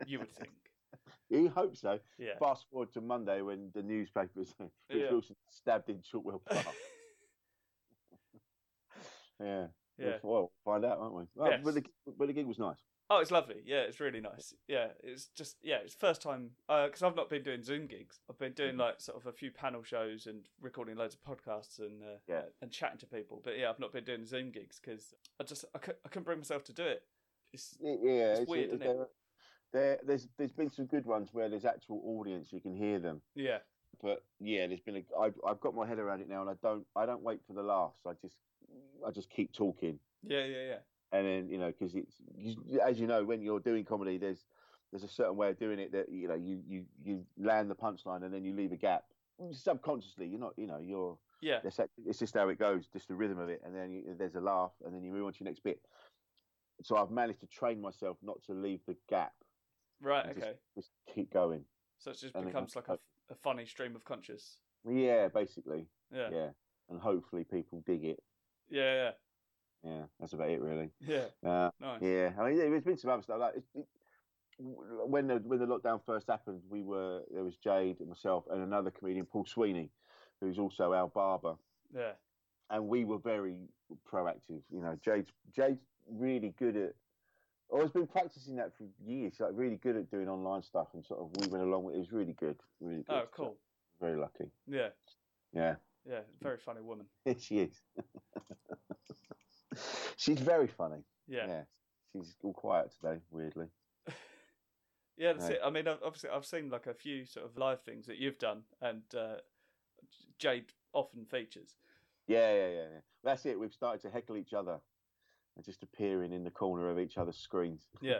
A: you would think.
B: You hope so.
A: Yeah.
B: Fast forward to Monday when the newspapers Rich
A: Yeah.
B: Wilson stabbed in Chalkwell Park. yeah.
A: yeah.
B: Well, we'll find out, won't we? Well,
A: Yes.
B: but, the, gig- but the gig was nice.
A: Oh, it's lovely. Yeah, it's really nice. Yeah, it's just yeah, it's first time because I've not been doing Zoom gigs. I've been
B: Mm-hmm.
A: doing like sort of a few panel shows and recording loads of podcasts and uh,
B: Yeah.
A: and chatting to people. But yeah, I've not been doing Zoom gigs because I just I, cou- I couldn't bring myself to do it. It's,
B: Y- Yeah.
A: It's weird, isn't it?
B: there- There, there's there's been some good ones where there's actual audience you can hear them,
A: yeah,
B: but yeah, there's been a, I've, I've got my head around it now, and I don't I don't wait for the laughs. I just I just keep talking,
A: yeah, yeah, yeah.
B: and then you know because it's you, as you know when you're doing comedy there's there's a certain way of doing it that you know you you you land the punchline and then you leave a gap subconsciously you're not you know you're
A: Yeah,
B: that's act- it's just how it goes just the rhythm of it and then you, there's a laugh and then you move on to your next bit so i've managed to train myself not to leave the gap
A: right,
B: Just-
A: okay.
B: just keep going
A: So it just
B: and it
A: becomes like
B: has-
A: a, a funny stream of conscious.
B: yeah basically
A: Yeah.
B: yeah and hopefully people dig it
A: Yeah.
B: yeah that's about it really
A: Yeah. yeah.
B: uh,
A: Nice.
B: Yeah, I mean, there's been some other stuff. Like it, it, when the when the lockdown first happened, we were there was Jade and myself and another comedian, Paul Sweeney, who's also our barber,
A: Yeah.
B: and we were very proactive. You know, Jade's Jade's really good at. I has been practicing that for years. Like really good at doing online stuff, and sort of we went along with it. It was really good, really good.
A: Oh,
B: So,
A: cool.
B: very lucky.
A: Yeah.
B: Yeah,
A: Yeah. Very funny woman.
B: she is. She's very funny.
A: Yeah. Yeah.
B: she's all quiet today. Weirdly.
A: that's
B: Right.
A: it. I mean, I've- obviously, I've seen like a few sort of live things that you've done, and uh, Jade often features.
B: Yeah, yeah, yeah, yeah. That's it. We've started to heckle each other and just appearing in the corner of each other's screens.
A: Yeah.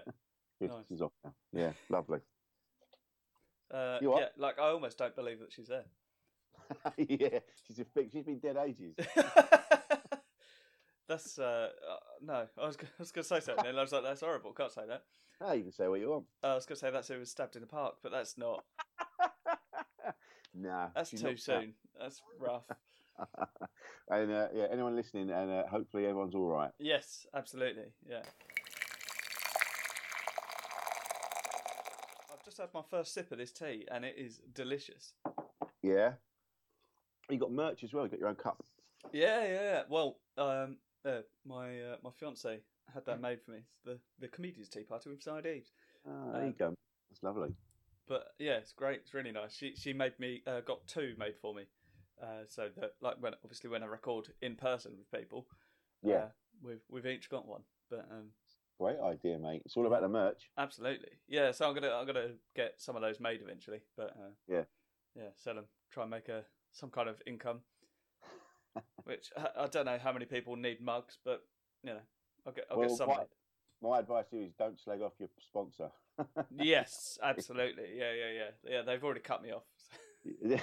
B: Good.
A: Nice.
B: She's off now. Yeah, lovely.
A: Uh,
B: You are?
A: yeah. Like I almost don't believe that she's there.
B: yeah, she's a fix. She's been dead ages.
A: that's uh, uh no. I was g- I was gonna say something, and I was like, that's horrible. Can't say that.
B: Now you can say what you want.
A: Uh, I was gonna say that's who was stabbed in the park, but that's not.
B: Nah,
A: That's
B: she's
A: too
B: not that.
A: soon. That's rough.
B: and uh, yeah, anyone listening, and uh, hopefully everyone's all right.
A: Yes, absolutely. Yeah. I've just had my first sip of this tea and it is delicious.
B: Yeah. You got merch as well. You got your own cup.
A: Yeah, yeah. yeah. Well, um, uh, my uh, my fiance had that made for me. It's the the comedian's tea party with side Eves.
B: Ah, there
A: Uh,
B: you go. That's lovely.
A: But yeah, it's great. It's really nice. She she made me uh, got two made for me. Uh, so that like when obviously when I record in person with people,
B: Yeah,
A: uh, we've we've each got one. But um,
B: great idea, mate. It's all about the merch.
A: Absolutely. Yeah. So I'm gonna I'm gonna get some of those made eventually, but uh,
B: Yeah.
A: yeah, sell them. Try and make a some kind of income. Which I- I don't know how many people need mugs, but you know, I'll get I'll
B: Well,
A: get some.
B: my- My advice to you is don't slag off your sponsor.
A: made. Yes, absolutely. Yeah, yeah, yeah, yeah. They've already cut me off.
B: yeah.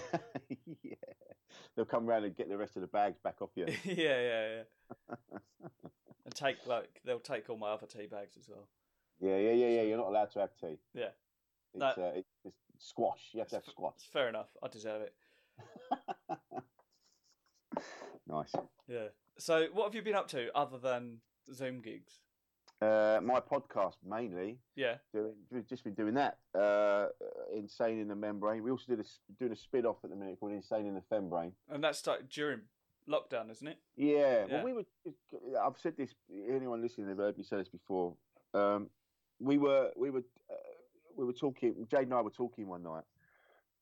B: They'll come round and get the rest of the bags back off you.
A: yeah, yeah, yeah. and take like they'll take all my other tea bags as well.
B: Yeah, yeah, yeah, yeah. You're not allowed to have tea.
A: Yeah.
B: It's,
A: No.
B: uh, it's, it's squash. You have to have
A: It's f-
B: squash.
A: It's fair enough. I deserve it.
B: Nice.
A: Yeah. So what have you been up to other than Zoom gigs?
B: Uh, my podcast mainly.
A: Yeah.
B: Doing, we've just been doing that. Uh, Insane in the membrane. We also did a s doing a spin off at the minute called Insane in the Fembrane.
A: And that started during lockdown, isn't it?
B: Yeah.
A: Yeah.
B: Well, we were. I've said this. Anyone listening, they've heard me say this before. Um, we were. We were. Uh, we were talking. Jade and I were talking one night,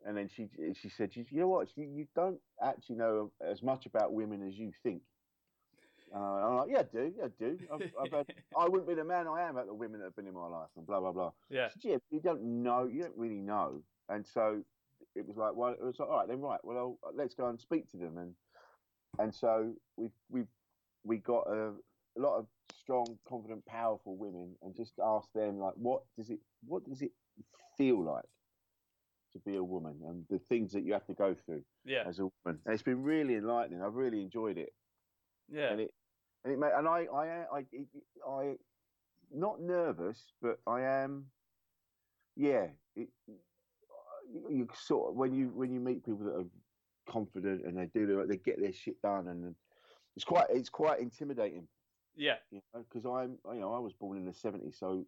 B: and then she she said, "You, you know what? You, you don't actually know as much about women as you think." Uh, and I'm like, "Yeah, I do. Yeah, I do. I've, I've had, I wouldn't be the man I am at the women that have been in my life and blah blah blah."
A: yeah.
B: She said, yeah, you don't know. You don't really know. And so it was like, well, it was like, all right, then right. Well, I'll, uh, let's go and speak to them. And and so we we we got a, a lot of strong, confident, powerful women, and just asked them like, what does it what does it feel like to be a woman, and the things that you have to go through
A: Yeah.
B: as a woman. And it's been really enlightening. I've really enjoyed it
A: Yeah.
B: and it and it ma- and I I I I, I not nervous, but I am. Yeah, it, you, you sort of when you when you meet people that are confident and they do their, they get their shit done, and it's quite it's quite intimidating,
A: Yeah.
B: you know, because I'm you know I was born in the '70s, so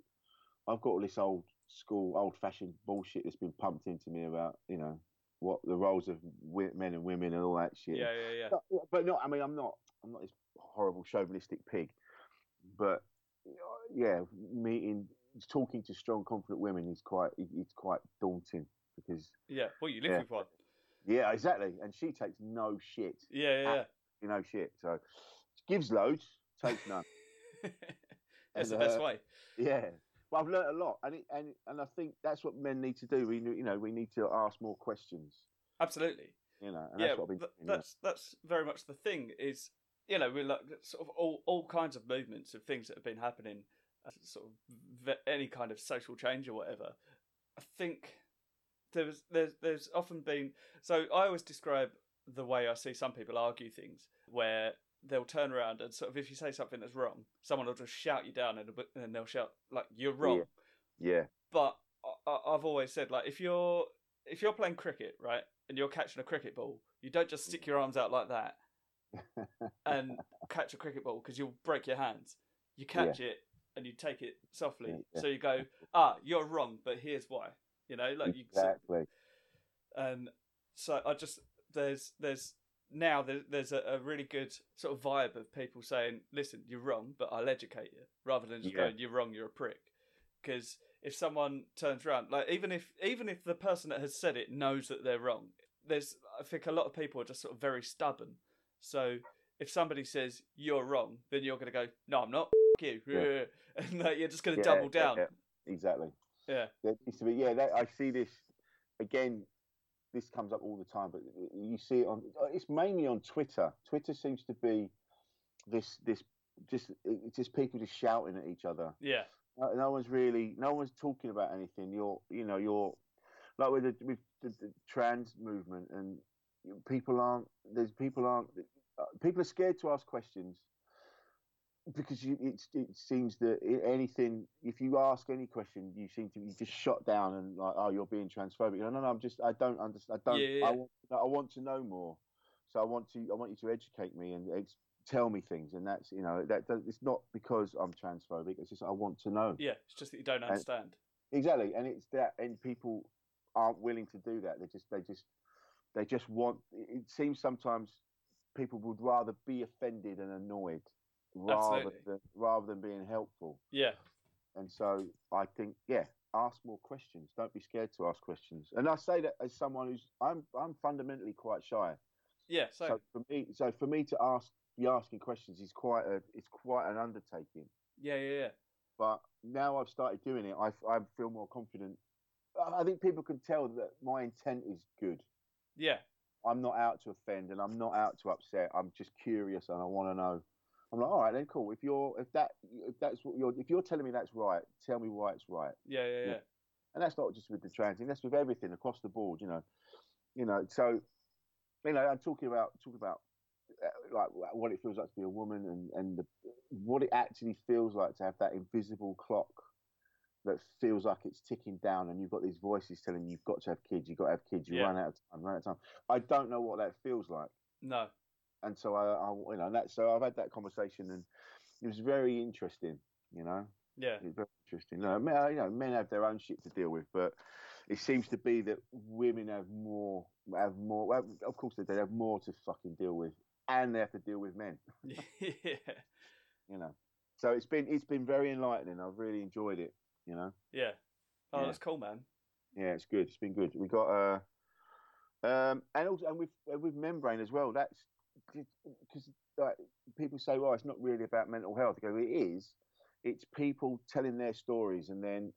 B: I've got all this old school, old fashioned bullshit that's been pumped into me about you know what the roles of wi- men and women and all that shit.
A: Yeah. Yeah. Yeah.
B: But, but not. I mean, I'm not. I'm not this horrible chauvinistic pig. But yeah, meeting, talking to strong, confident women is quite. it- It's quite daunting because
A: Yeah. Well, you live
B: Yeah.
A: with one.
B: yeah, exactly. And she takes no shit.
A: Yeah.
B: Ah.
A: Yeah.
B: You know, shit. So gives loads, takes none.
A: yeah. That's the
B: And,
A: best
B: uh,
A: way.
B: Yeah. But I've learnt a lot, and it, and and I think that's what men need to do. We you know we need to ask more questions.
A: Absolutely.
B: You know, and
A: yeah,
B: that's what I've been.
A: th-
B: doing, yeah.
A: that's that's very much the thing. Is you know we're like sort of all all kinds of movements of things that have been happening, uh, sort of ve- any kind of social change or whatever. I think there was there's there's often been so I always describe the way I see some people argue things where they'll turn around and sort of if you say something that's wrong, someone will just shout you down and, and they'll shout like you're wrong
B: Yeah. yeah,
A: but I, I- I've always said like if you're if you're playing cricket right and you're catching a cricket ball, you don't just stick your arms out like that and catch a cricket ball because you'll break your hands. You catch it and you take it softly,
B: Yeah, yeah.
A: so you go ah you're wrong, but here's why. You know, like you sort of
B: exactly.
A: and Um, so I just there's there's now there, there's a, a really good sort of vibe of people saying, "Listen, you're wrong, but I'll educate you," rather than just
B: Yeah.
A: going, "You're wrong, you're a prick." Because if someone turns around, like even if even if the person that has said it knows that they're wrong, there's I think a lot of people are just sort of very stubborn. So if somebody says you're wrong, then you're going to go, "No, I'm not." F- you,
B: Yeah.
A: and like, you're just going to
B: Yeah,
A: double
B: yeah,
A: down.
B: yeah, exactly.
A: Yeah.
B: There needs to be. Yeah, that, I see this again. This comes up all the time, but you see it on. uh, It's mainly on Twitter. Twitter seems to be this this just it's just people just shouting at each other.
A: yeah,
B: No, no one's really no one's talking about anything. You're you know you're like with the, with the, the trans movement and you- people aren't there's people aren't uh, people are scared to ask questions because you, it, it seems that i- anything if you ask any question you seem to be just shot down and like oh you're being transphobic no no no I'm just I don't understand I don't
A: Yeah, yeah,
B: I,
A: yeah.
B: want, I want to know more so I want to I want you to educate me and ex- tell me things and that's you know that, that it's not because I'm transphobic it's just I want to know
A: yeah. It's just that you don't understand.
B: Exactly, and it's that, and people aren't willing to do that. They just, they just, they just want. It seems sometimes people would rather be offended and annoyed rather
A: Absolutely.
B: than, rather than being helpful.
A: Yeah,
B: And so I think, yeah, ask more questions. Don't be scared to ask questions. And I say that as someone who's, I'm, I'm fundamentally quite shy.
A: yeah. So,
B: So for me, so for me to ask, be asking questions is quite a, it's quite an undertaking
A: yeah, yeah, yeah.
B: but now I've started doing it, I, I feel more confident. I- I think people can tell that my intent is good.
A: Yeah,
B: I'm not out to offend and I'm not out to upset. I'm just curious and I want to know. I'm like, all right, then cool. If you're if that if that's what you're if you're telling me that's right, tell me why it's right.
A: yeah, yeah, yeah.
B: Yeah. And that's not just with the trans thing. That's with everything across the board. You know, you know. So, you know, I'm talking about talking about uh, like what it feels like to be a woman and and the, what it actually feels like to have that invisible clock that feels like it's ticking down, and you've got these voices telling you you've got to have kids, you've got to have kids, you
A: Yeah.
B: run out of time, run out of time. I don't know what that feels like
A: No,
B: and so I, I you know, that so I've had that conversation, and it was very interesting. You know,
A: yeah,
B: it was very interesting. No, men, you know, men have their own shit to deal with, but it seems to be that women have more, have more. Well, of course, they do, they have more to fucking deal with, and they have to deal with men.
A: yeah.
B: You know, so it's been it's been very enlightening. I've really enjoyed it. You know,
A: Yeah. Oh,
B: Yeah.
A: that's cool, man.
B: yeah, it's good. It's been good. We got uh, um, and also and with uh, with membrane as well. That's because like, people say, well, it's not really about mental health. I go, it is. It's people telling their stories, and then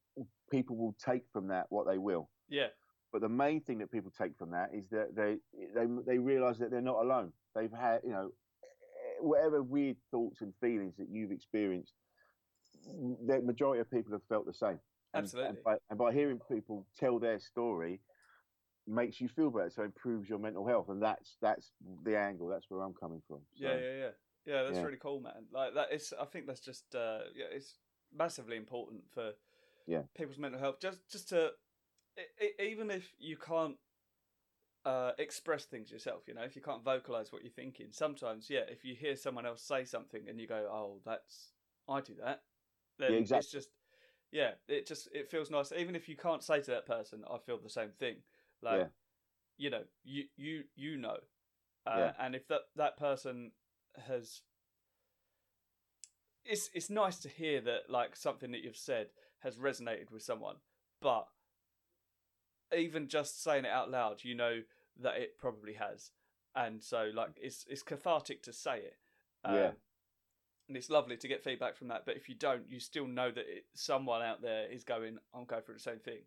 B: people will take from that what they will.
A: Yeah.
B: But the main thing that people take from that is that they they they realise that they're not alone. They've had you know whatever weird thoughts and feelings that you've experienced. The majority of people have felt the same. And-
A: Absolutely.
B: And by, and by hearing people tell their story, makes you feel better. So improves your mental health, and that's that's the angle. That's where I'm coming from. So,
A: yeah, yeah, yeah. Yeah, that's
B: yeah.
A: really cool, man. Like that is I think that's just uh yeah, it's massively important for
B: Yeah.
A: people's mental health. Just just to e- e- even if you can't uh express things yourself, you know, if you can't vocalize what you're thinking, sometimes yeah, if you hear someone else say something and you go, "Oh, that's I do that." Then
B: Yeah,
A: it's
B: exactly.
A: just yeah, it just it feels nice even if you can't say to that person, "I feel the same thing." Like
B: Yeah.
A: you know, you you you know. Uh,
B: Yeah.
A: and if that that person has it's it's nice to hear that like something that you've said has resonated with someone but even just saying it out loud you know that it probably has and so like it's it's cathartic to say it um,
B: Yeah.
A: and it's lovely to get feedback from that but if you don't you still know that it, someone out there is going i'm going through the same thing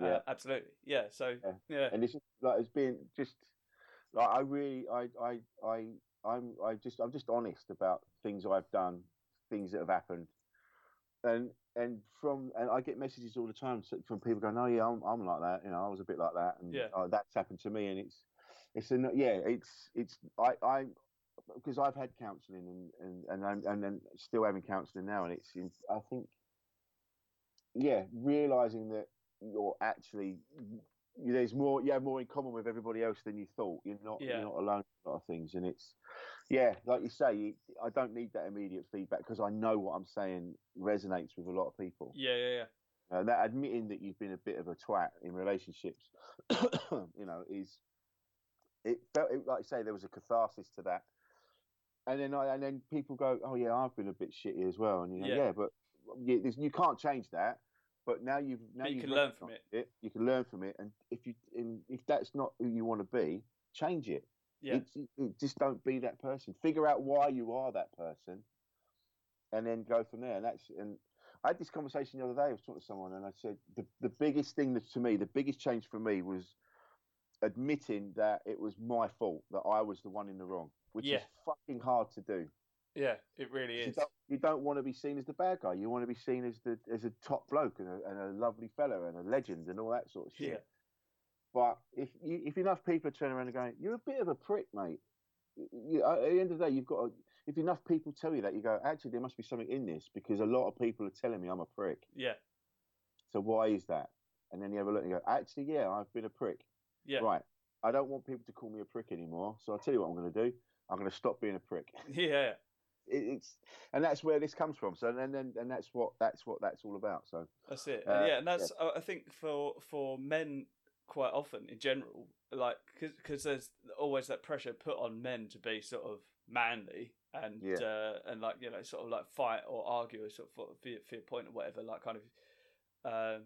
B: yeah.
A: uh, absolutely yeah so
B: Yeah.
A: yeah
B: and it's just, like it's been just like I really I I I I'm I just I'm just honest about things I've done, things that have happened, and and from and I get messages all the time so- from people going, oh yeah, I'm I'm like that, you know, I was a bit like that, and
A: Yeah.
B: oh, that's happened to me, and it's it's an yeah, it's it's I I because I've had counselling and and and I'm and, and still having counselling now, and it's in, I think yeah, realizing that you're actually there's more you have more in common with everybody else than you thought. You're not
A: Yeah.
B: you're not alone in a lot of things, and it's yeah, like you say, you- I don't need that immediate feedback because I know what I'm saying resonates with a lot of people.
A: yeah yeah yeah
B: Uh, that admitting that you've been a bit of a twat in relationships, you know, is it felt it, like I say there was a catharsis to that, and then I, and then people go, oh yeah, I've been a bit shitty as well, and you know,
A: Yeah.
B: yeah, but you, there's- you can't change that. But now you've now
A: But you
B: you've
A: can learn from
B: recognised You can learn from it, and if you and if that's not who you want to be, change it.
A: yeah
B: It's, it- it- just don't be that person. Figure out why you are that person, and then go from there. And that's and I had this conversation the other day. I was talking to someone, and I said the the biggest thing that to me, the biggest change for me was admitting that it was my fault that I was the one in the wrong, which is
A: Yeah.
B: fucking hard to do.
A: yeah it really
B: You
A: is
B: don't, you don't want to be seen as the bad guy. You want to be seen as the as a top bloke and a, and a lovely fellow and a legend and all that sort of shit.
A: yeah
B: But if you, if enough people turn around and go, you're a bit of a prick, mate. You, at the end of the day, you've got. To, if enough people tell you that, you go, actually, there must be something in this because a lot of people are telling me I'm a prick.
A: yeah
B: So why is that? And then you have a look and you go, actually, yeah, I've been a prick.
A: yeah
B: Right. I don't want people to call me a prick anymore. So I'll tell you what I'm going to do. I'm going to stop being a prick.
A: yeah
B: It, it's and that's where this comes from. So and then and that's what that's what that's all about. So
A: That's it.
B: Uh,
A: yeah, and that's I- I think for for men quite often in general, like because there's always that pressure put on men to be sort of manly and
B: Yeah.
A: uh, and like you know sort of like fight or argue or sort of for, for, your, for your point or whatever, like kind of um,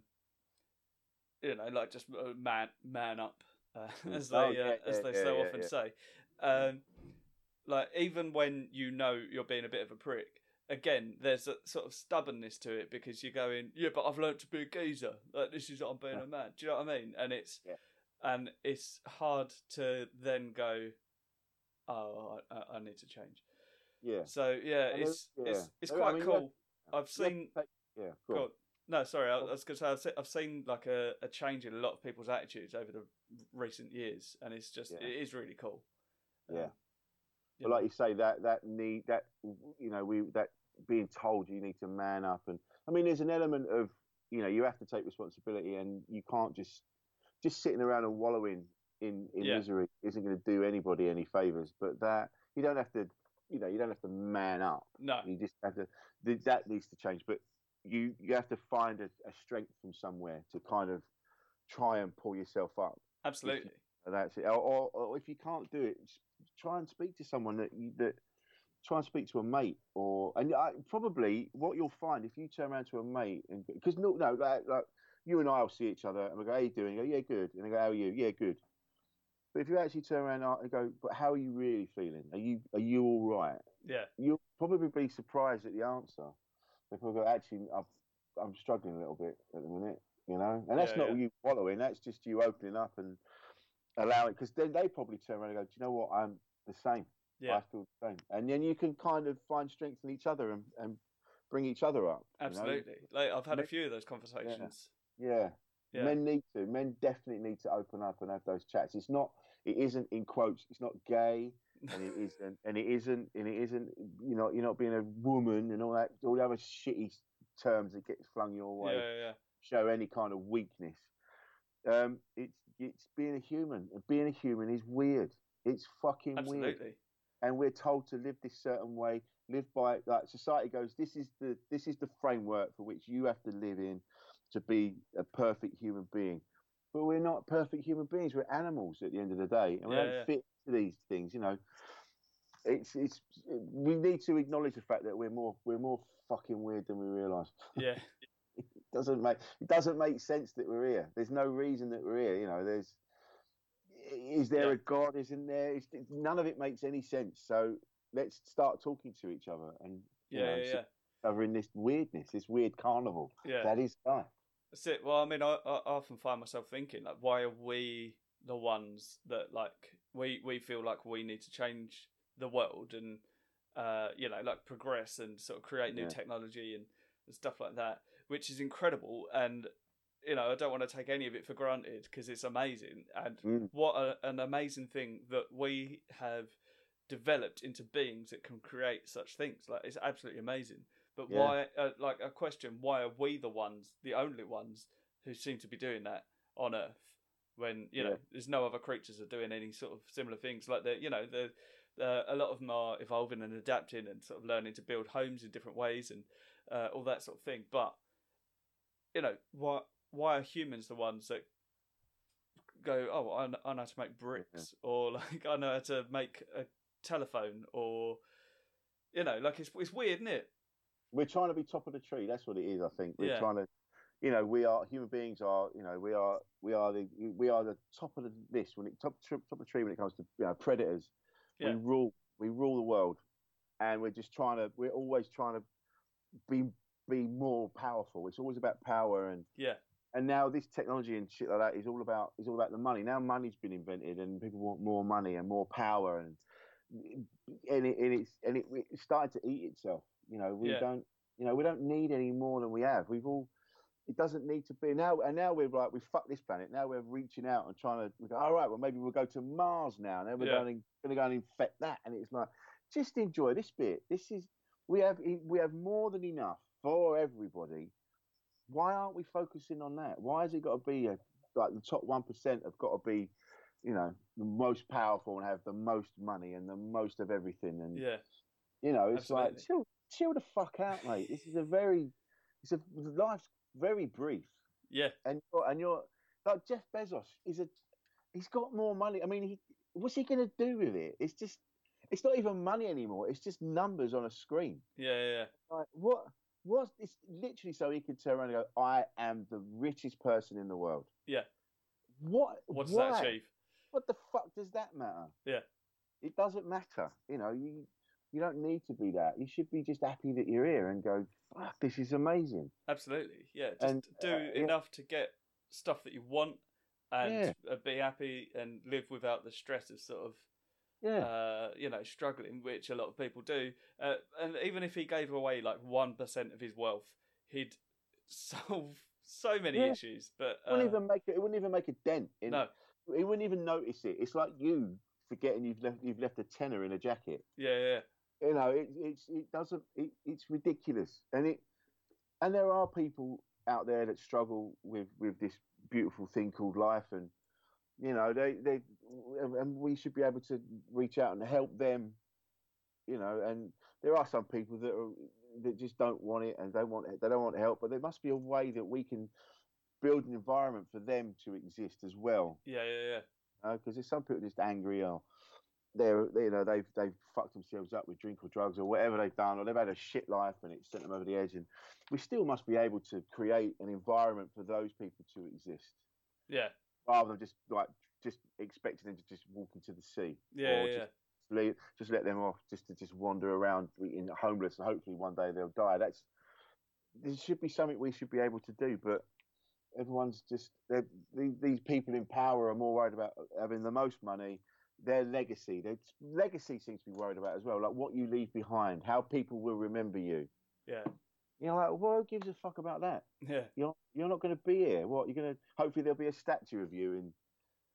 A: you know like just uh, man man up uh, as they
B: Oh,
A: uh,
B: yeah,
A: as
B: yeah,
A: they
B: yeah,
A: so
B: yeah,
A: often
B: yeah.
A: say. Um, like even when you know you're being a bit of a prick, again, there's a sort of stubbornness to it because you're going, yeah, but I've learnt to be a geezer. Like this is I'm being
B: Yeah.
A: a man. Do you know what I mean? And it's
B: Yeah.
A: and it's hard to then go, oh, I- I, I need to change.
B: yeah.
A: So yeah,
B: And
A: it's
B: there-
A: it's
B: yeah.
A: it's
B: I mean,
A: quite
B: you
A: cool. I've seen.
B: Yeah.
A: go
B: Cool.
A: on. No, sorry, I, I
B: Go on.
A: was going to say I've seen, I've seen like a, a change in a lot of people's attitudes over the recent years, and it's just
B: Yeah.
A: it is really cool.
B: Yeah.
A: Um,
B: But like you say, that that need that you know we that being told you need to man up, and I mean, there's an element of you know you have to take responsibility, and you can't just just sitting around and wallowing in in
A: Yeah.
B: misery isn't going to do anybody any favors. But that you don't have to you know you don't have to man up.
A: no,
B: You just have to th- that needs to change. But you you have to find a, a strength from somewhere to kind of try and pull yourself up.
A: absolutely.
B: And That's it. Or, or, or if you can't do it, just try and speak to someone that you, that try and speak to a mate or and I, probably what you'll find if you turn around to a mate and because no no like, like you and I will see each other and we go how you doing and go yeah good and I go how are you yeah good but if you actually turn around and go but how are you really feeling are you are you all right
A: Yeah.
B: you'll probably be surprised at the answer if I go actually I've, I'm struggling a little bit at the minute you know and that's
A: Yeah,
B: not
A: yeah.
B: you wallowing that's just you opening up and allowing because then they probably turn around and go do you know what I'm the same
A: Yeah.
B: I feel the same. And then you can kind of find strength in each other and, and bring each other up. you know?
A: Absolutely. Like I've had a
B: Men-
A: few of those conversations.
B: Yeah.
A: Yeah.
B: Men need to. Men definitely need to open up and have those chats. It's not. It isn't in quotes. It's not gay, and it isn't. And it isn't. And it isn't. You know, you're not being a woman and all that. All the other shitty terms that get flung your
A: yeah,
B: way
A: yeah, yeah.
B: show any kind of weakness. Um, it's it's being a human. And being a human is weird. It's fucking weird.
A: Absolutely.
B: and we're told to live this certain way live by like society goes this is the this is the framework for which you have to live in to be a perfect human being but we're not perfect human beings we're animals at the end of the day and we
A: Yeah,
B: don't
A: yeah.
B: fit into these things you know it's it's we need to acknowledge the fact that we're more we're more fucking weird than we realize
A: Yeah.
B: doesn't make it doesn't make sense that we're here. There's no reason that we're here. You know, there's is there
A: Yeah.
B: a God? Isn't there? It's, it's- none of it makes any sense. So let's start talking to each other and you
A: Yeah,
B: know,
A: yeah,
B: see
A: yeah.
B: each other in this weirdness, this weird carnival.
A: Yeah.
B: That is life.
A: That's it. Well, I mean, I, I I often find myself thinking, like, why are we the ones that like we we feel like we need to change the world and uh you know like progress and sort of create new
B: Yeah.
A: technology and, and stuff like that, which is incredible. And you know, I don't want to take any of it for granted because it's amazing and
B: Mm.
A: what a, an amazing thing that we have developed into beings that can create such things. Like it's absolutely amazing. But
B: Yeah.
A: why, uh, like, a question: Why are we the ones, the only ones, who seem to be doing that on Earth? When you know
B: Yeah.
A: there's no other creatures are doing any sort of similar things. Like the, you know, the uh, a lot of them are evolving and adapting and sort of learning to build homes in different ways and uh, all that sort of thing. But you know, why why are humans the ones that go? Oh, I kn- I know how to make bricks, or like I know how to make a telephone, or you know, like it's it's weird, isn't it?
B: We're trying to be top of the tree. That's what it is. I think we're
A: Yeah.
B: trying to. You know, we are human beings. Are you know we are we are the we are the top of the list when it top top of the tree when it comes to you know, predators.
A: Yeah.
B: We rule. We rule the world, and we're just trying to. We're always trying to be be more powerful. It's always about power, and
A: Yeah,
B: and now this technology and shit like that is all about is all about the money. Now money's been invented, and people want more money and more power, and and, it, and it's and it, it's starting to eat itself. You know, we
A: Yeah.
B: don't. You know, we don't need any more than we have. We've all. It doesn't need to be now. And now we're like, we fucked this planet. Now we're reaching out and trying to. We go, all right, well maybe we'll go to Mars now. Now we're
A: Yeah.
B: going going to go and infect that. And it's like, just enjoy this bit. This is we have e, we have more than enough for everybody. Why aren't we focusing on that? Why has it got to be a, like the top one percent have got to be, you know, the most powerful and have the most money and the most of everything? And
A: yeah,
B: you know, it's
A: Absolutely.
B: like chill, chill the fuck out, mate. this is a very, it's a life's very brief,
A: yeah,
B: and you're, and you're like Jeff Bezos is a, he's got more money. I mean, he what's he gonna do with it? It's just, it's not even money anymore. It's just numbers on a screen.
A: yeah, yeah, yeah.
B: Like what? What's it's literally so he could turn around and go, I am the richest person in the world.
A: Yeah.
B: What?
A: What does
B: why?
A: that achieve?
B: What the fuck does that matter?
A: Yeah.
B: It doesn't matter. You know, you you don't need to be that. You should be just happy that you're here and go, fuck, this is amazing.
A: Absolutely, yeah. Just
B: And,
A: do
B: uh, yeah.
A: enough to get stuff that you want and uh be happy and live without the stress of sort of
B: Yeah.
A: uh, you know, struggling, which a lot of people do. Uh, and even if he gave away like one percent of his wealth, he'd solve so many
B: Yeah.
A: issues. But
B: it
A: uh,
B: wouldn't even make it. It wouldn't even make a dent. In,
A: no,
B: He wouldn't even notice it. It's like you forgetting you've left you've left a tenner in a jacket.
A: yeah, yeah,
B: you know it, it's it doesn't it, it's ridiculous and it and there are people out there that struggle with with this beautiful thing called life and you know they they and we should be able to reach out and help them you know and there are some people that are that just don't want it and they want they don't want help but there must be a way that we can build an environment for them to exist as well
A: yeah, yeah, yeah,
B: Uh, because there's some people just angry or they're they- you know they've they've fucked themselves up with drink or drugs or whatever they've done or they've had a shit life and it sent them over the edge and we still must be able to create an environment for those people to exist
A: Yeah.
B: rather than just like just expecting them to just walk into the sea
A: Yeah.
B: or
A: yeah,
B: just
A: yeah.
B: leave, just let them off, just to just wander around being homeless, and hopefully one day they'll die. That's this should be something we should be able to do, but everyone's just they're- the- these people in power are more worried about having the most money. Their legacy, their legacy seems to be worried about as well, like what you leave behind, how people will remember you.
A: Yeah.
B: You know, like what gives a fuck about that?
A: Yeah.
B: You're you're not going to be here. What you're going to? Hopefully there'll be a statue of you in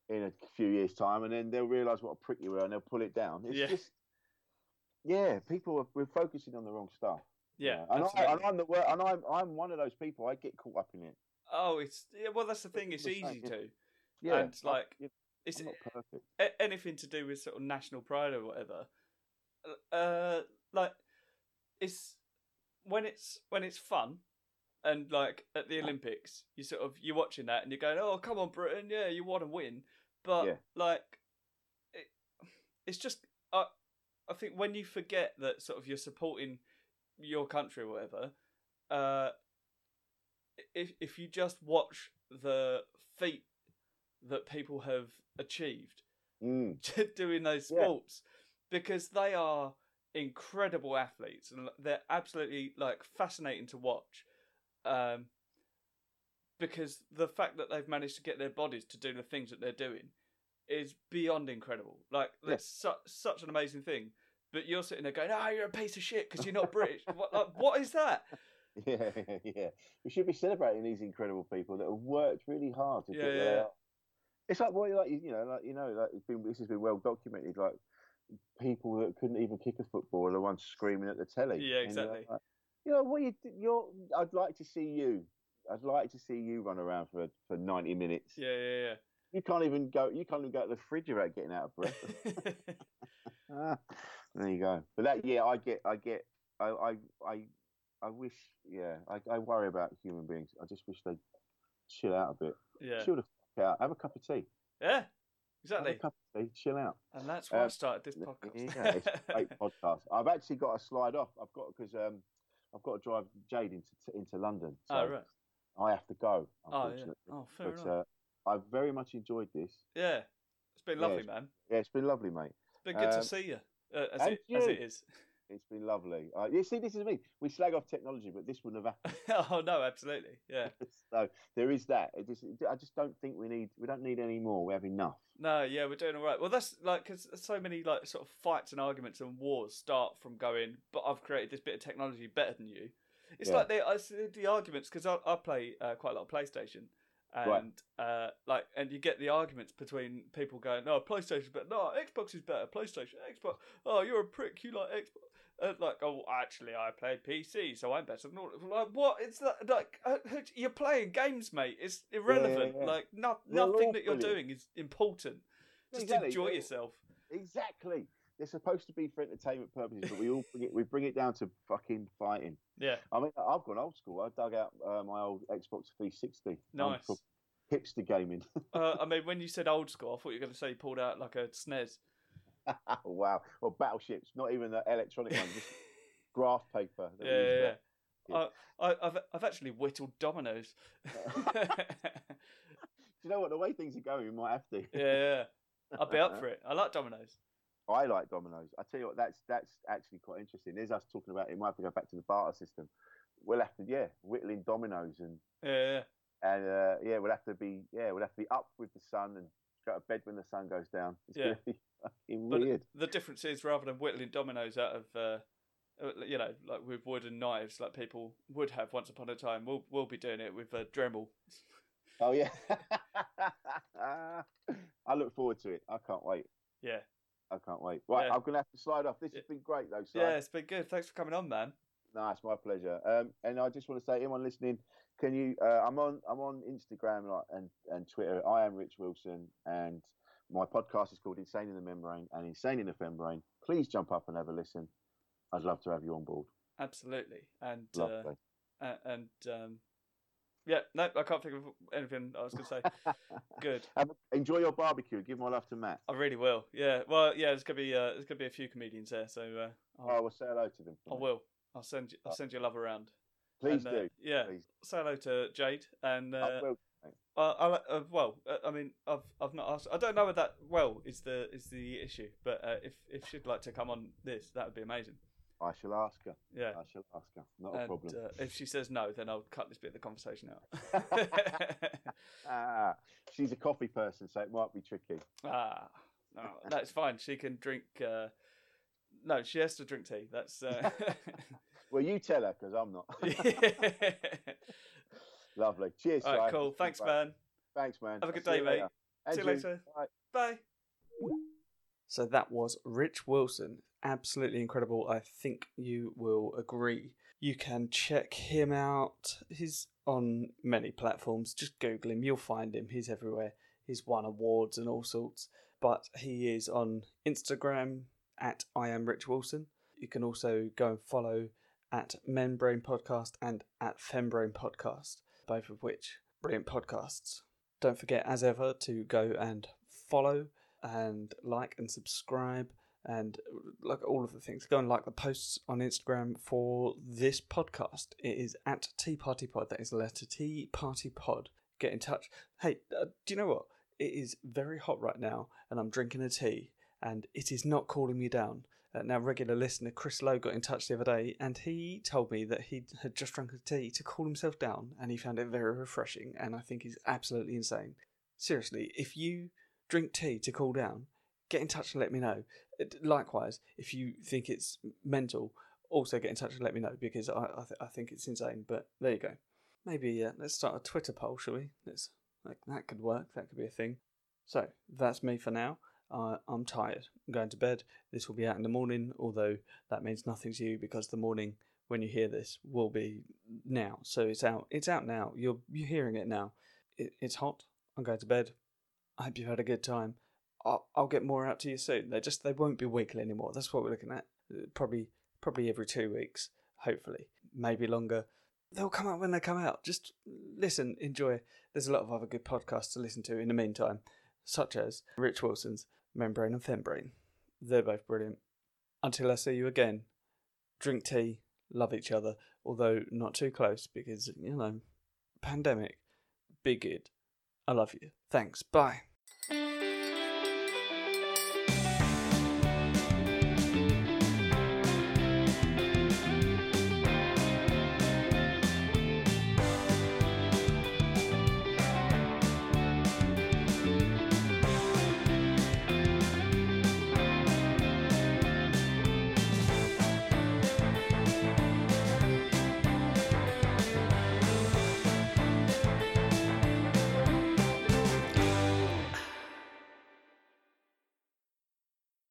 B: in a few years' time, and then they'll realise what a prick you were, and they'll pull it down. It's
A: Yeah.
B: just yeah, people are we're focusing on the wrong stuff.
A: Yeah.
B: you know. and, I,
A: absolutely.
B: and I'm the wor- and I'm I'm one of those people. I get caught up in it.
A: Oh, it's yeah. Well, that's the thing. It's
B: the same,
A: easy
B: yeah.
A: to.
B: Yeah,
A: And,
B: I-
A: like,
B: you know,
A: It's
B: I'm not perfect.
A: a- anything to do with sort of national pride or whatever. Uh, like it's when it's when it's fun, and like at the Olympics, you sort of you're watching that and you're going, "Oh, come on, Britain! Yeah, you want to win." But
B: Yeah.
A: like, it, it's just I I think when you forget that sort of you're supporting your country or whatever, uh, if if you just watch the feat that people have achieved
B: Mm,
A: doing those
B: Yeah.
A: sports because they are incredible athletes and they're absolutely like fascinating to watch um because the fact that they've managed to get their bodies to do the things that they're doing is beyond incredible like that's su- such an amazing thing but you're sitting there going oh you're a piece of shit because you're not british what, like, what is that
B: yeah, yeah. We should be celebrating these incredible people that have worked really hard to
A: Yeah,
B: get where
A: yeah.
B: they are. It's like what like you know, like you know, like it's been this has been well documented. Like people that couldn't even kick a football are the ones screaming at the telly.
A: Yeah,
B: And you're
A: exactly.
B: like, you know what you d- you're. I'd like to see you. I'd like to see you run around for for ninety minutes.
A: yeah yeah
B: You can't even go. You can't even go to the fridge without getting out of breath.
A: yeah
B: Ah, there you go. But that, yeah, I get, I get, I, I, I, I wish, yeah, I, I worry about human beings. I just wish they would chill out a bit.
A: yeah
B: Chill the fuck out. Have a cup of tea.
A: yeah
B: Have a
A: exactly
B: cup of tea. Chill out.
A: and that's why i
B: Um,
A: started this
B: yeah,
A: podcast
B: it's Great podcast. I've actually got to slide off. I've got because um, I've got to drive Jade into into London. So
A: oh right
B: I have to go.
A: oh yeah
B: Unfortunately.
A: oh fair enough
B: but uh, I've very much enjoyed this.
A: Yeah, it's been
B: Yeah,
A: lovely, man.
B: Yeah, it's been lovely, mate.
A: It's been good to
B: um,
A: see you, uh, as,
B: and
A: it, as it
B: you.
A: is.
B: It's been lovely. Uh, you see, this is me. We slag off technology, but this wouldn't have happened.
A: oh no, absolutely. Yeah,
B: so there is that. It just, I just don't think we need. We don't need any more. We have enough.
A: no, yeah, we're doing all right. Well, that's like because so many like sort of fights and arguments and wars start from going, but I've created this bit of technology better than you. It's
B: Yeah.
A: like the I see the arguments because I, I play uh, quite a lot of PlayStation.
B: Right.
A: And uh, like, and you get the arguments between people going, "No, PlayStation's better. No, Xbox is better. PlayStation, Xbox. Oh, you're a prick. You like Xbox." Uh, like, oh, actually, I played PC, so I'm better than all. Like, what? It's that, like uh, you're playing games, mate. It's irrelevant.
B: yeah.
A: Like, no,
B: They're
A: nothing
B: all
A: that you're
B: brilliant.
A: doing is important. Just
B: Exactly.
A: enjoy
B: They're-
A: yourself.
B: Exactly. They're supposed to be for entertainment purposes, but we all bring it. We bring it down to fucking fighting.
A: Yeah,
B: I mean, I've gone old school. I dug out uh, my old Xbox 360. I'm
A: nice.
B: from Hipster gaming.
A: uh, I mean, when you said old school, I thought you were going to say you pulled out like a E SNES.
B: Oh, wow. Well, battleships. Not even the electronic
A: yeah,
B: ones. Just graph paper. that we
A: yeah,
B: used
A: yeah.
B: back
A: I, I, I've I've actually whittled dominoes. yeah,
B: Do you know what? The way things are going, we might have to.
A: yeah. I'd be up for it. I like dominoes.
B: I like dominoes. I tell you what, that's that's actually quite interesting. There's us talking about it. Might have to go back to the barter system. We'll have to, yeah, whittling dominoes and
A: Yeah,
B: and uh, yeah, we'll have to be yeah, we'll have to be up with the sun and go to bed when the sun goes down. It's
A: Yeah.
B: gonna be fucking
A: But-
B: weird.
A: the difference is rather than whittling dominoes out of uh, uh, you know like with wood and knives like people would have once upon a time we'll we'll be doing it with a dremel
B: Oh yeah, I look forward to it. I can't wait.
A: yeah
B: I can't wait. Right,
A: Yeah.
B: I'm gonna have to slide off. This
A: Yeah.
B: has been great though. Si.
A: yeah it's been good thanks for coming on man
B: No, it's my pleasure. Um, and I just want to say, anyone listening, can you? Uh, I'm on I'm on Instagram like, and and Twitter. I am Rich Wilson, and my podcast is called Insane in the Membrane and Insane in the Fembrane. Please jump up and have a listen. I'd love to have you on board.
A: absolutely and uh,
B: Lovely.
A: a- and um Yeah, no, I can't think of anything I was going to say. Good.
B: Have- Enjoy your barbecue. Give my love to Matt.
A: I really will. Yeah. Well, yeah. There's gonna be uh, there's gonna be a few comedians there, so uh,
B: Oh, I
A: I'll,
B: will say hello to them. for
A: I
B: me.
A: will. I'll send you. I'll send you love around.
B: Please
A: And, uh,
B: do.
A: yeah.
B: Please.
A: Say hello to Jade and. Uh,
B: I will.
A: I, I, like- uh, well, uh, I mean, I've I've not asked. I don't know if that well is the is the issue, but uh, if if she'd like to come on this, that would be amazing.
B: I shall ask her.
A: Yeah.
B: I shall ask her. Uh, Not a
A: And
B: problem.
A: uh, if she says no, then I'll cut this bit of the conversation out.
B: Ah, she's a coffee person, so it might be tricky.
A: ah, no, that's fine. She can drink. Uh, no, she has to drink tea. That's. Uh,
B: Well, you tell her because I'm not. Lovely. Cheers.
A: All right,
B: Si.
A: cool. Thanks,
B: Bye.
A: man.
B: Thanks, man.
A: Have a
B: I'll
A: good
B: see you
A: day, mate.
B: And
A: See you later.
B: Bye.
A: Bye. So that was Rich Wilson. Absolutely incredible. I think you will agree. You can check him out. He's on many platforms. Just Google him, you'll find him. He's everywhere. He's won awards and all sorts. But he is on Instagram at I am Rich Wilson. You can also go and follow at Membrane Podcast and at Fembrane Podcast, both of which brilliant podcasts. Don't forget, as ever, to go and follow and like and subscribe and like all of the things. Go and like the posts on Instagram for this podcast. It is at Tea Party Pod. That is the letter T Party Pod. Get in touch. Hey, uh, do you know what? It is very hot right now, and I'm drinking a tea, and it is not cooling me down. Uh, now, regular listener Chris Lowe got in touch the other day, and he told me that he had just drunk a tea to cool himself down, and he found it very refreshing. And I think he's absolutely insane. Seriously, if you drink tea to cool down, get in touch and let me know. It- Likewise, if you think it's mental, also get in touch and let me know because I I, th- I think it's insane. But there you go. Maybe uh, let's start a Twitter poll, shall we? Let's like that could work. That could be a thing. So that's me for now. Uh, I'm tired. I'm going to bed. This will be out in the morning, although that means nothing to you because the morning when you hear this will be now. So it's out. It's out now. You're you're hearing it now. It, it's hot. I'm going to bed. I hope you've had a good time. I'll, I'll get more out to you soon. They just they won't be weekly anymore. That's what we're looking at. Uh, Probably probably every two weeks, hopefully, maybe longer. They'll come out when they come out. Just listen, enjoy. There's a lot of other good podcasts to listen to in the meantime, such as Rich Wilson's Membrane and Fembrane. They're both brilliant. Until I see you again, drink tea, love each other, although not too close because you know, pandemic, big id. I love you. Thanks. Bye.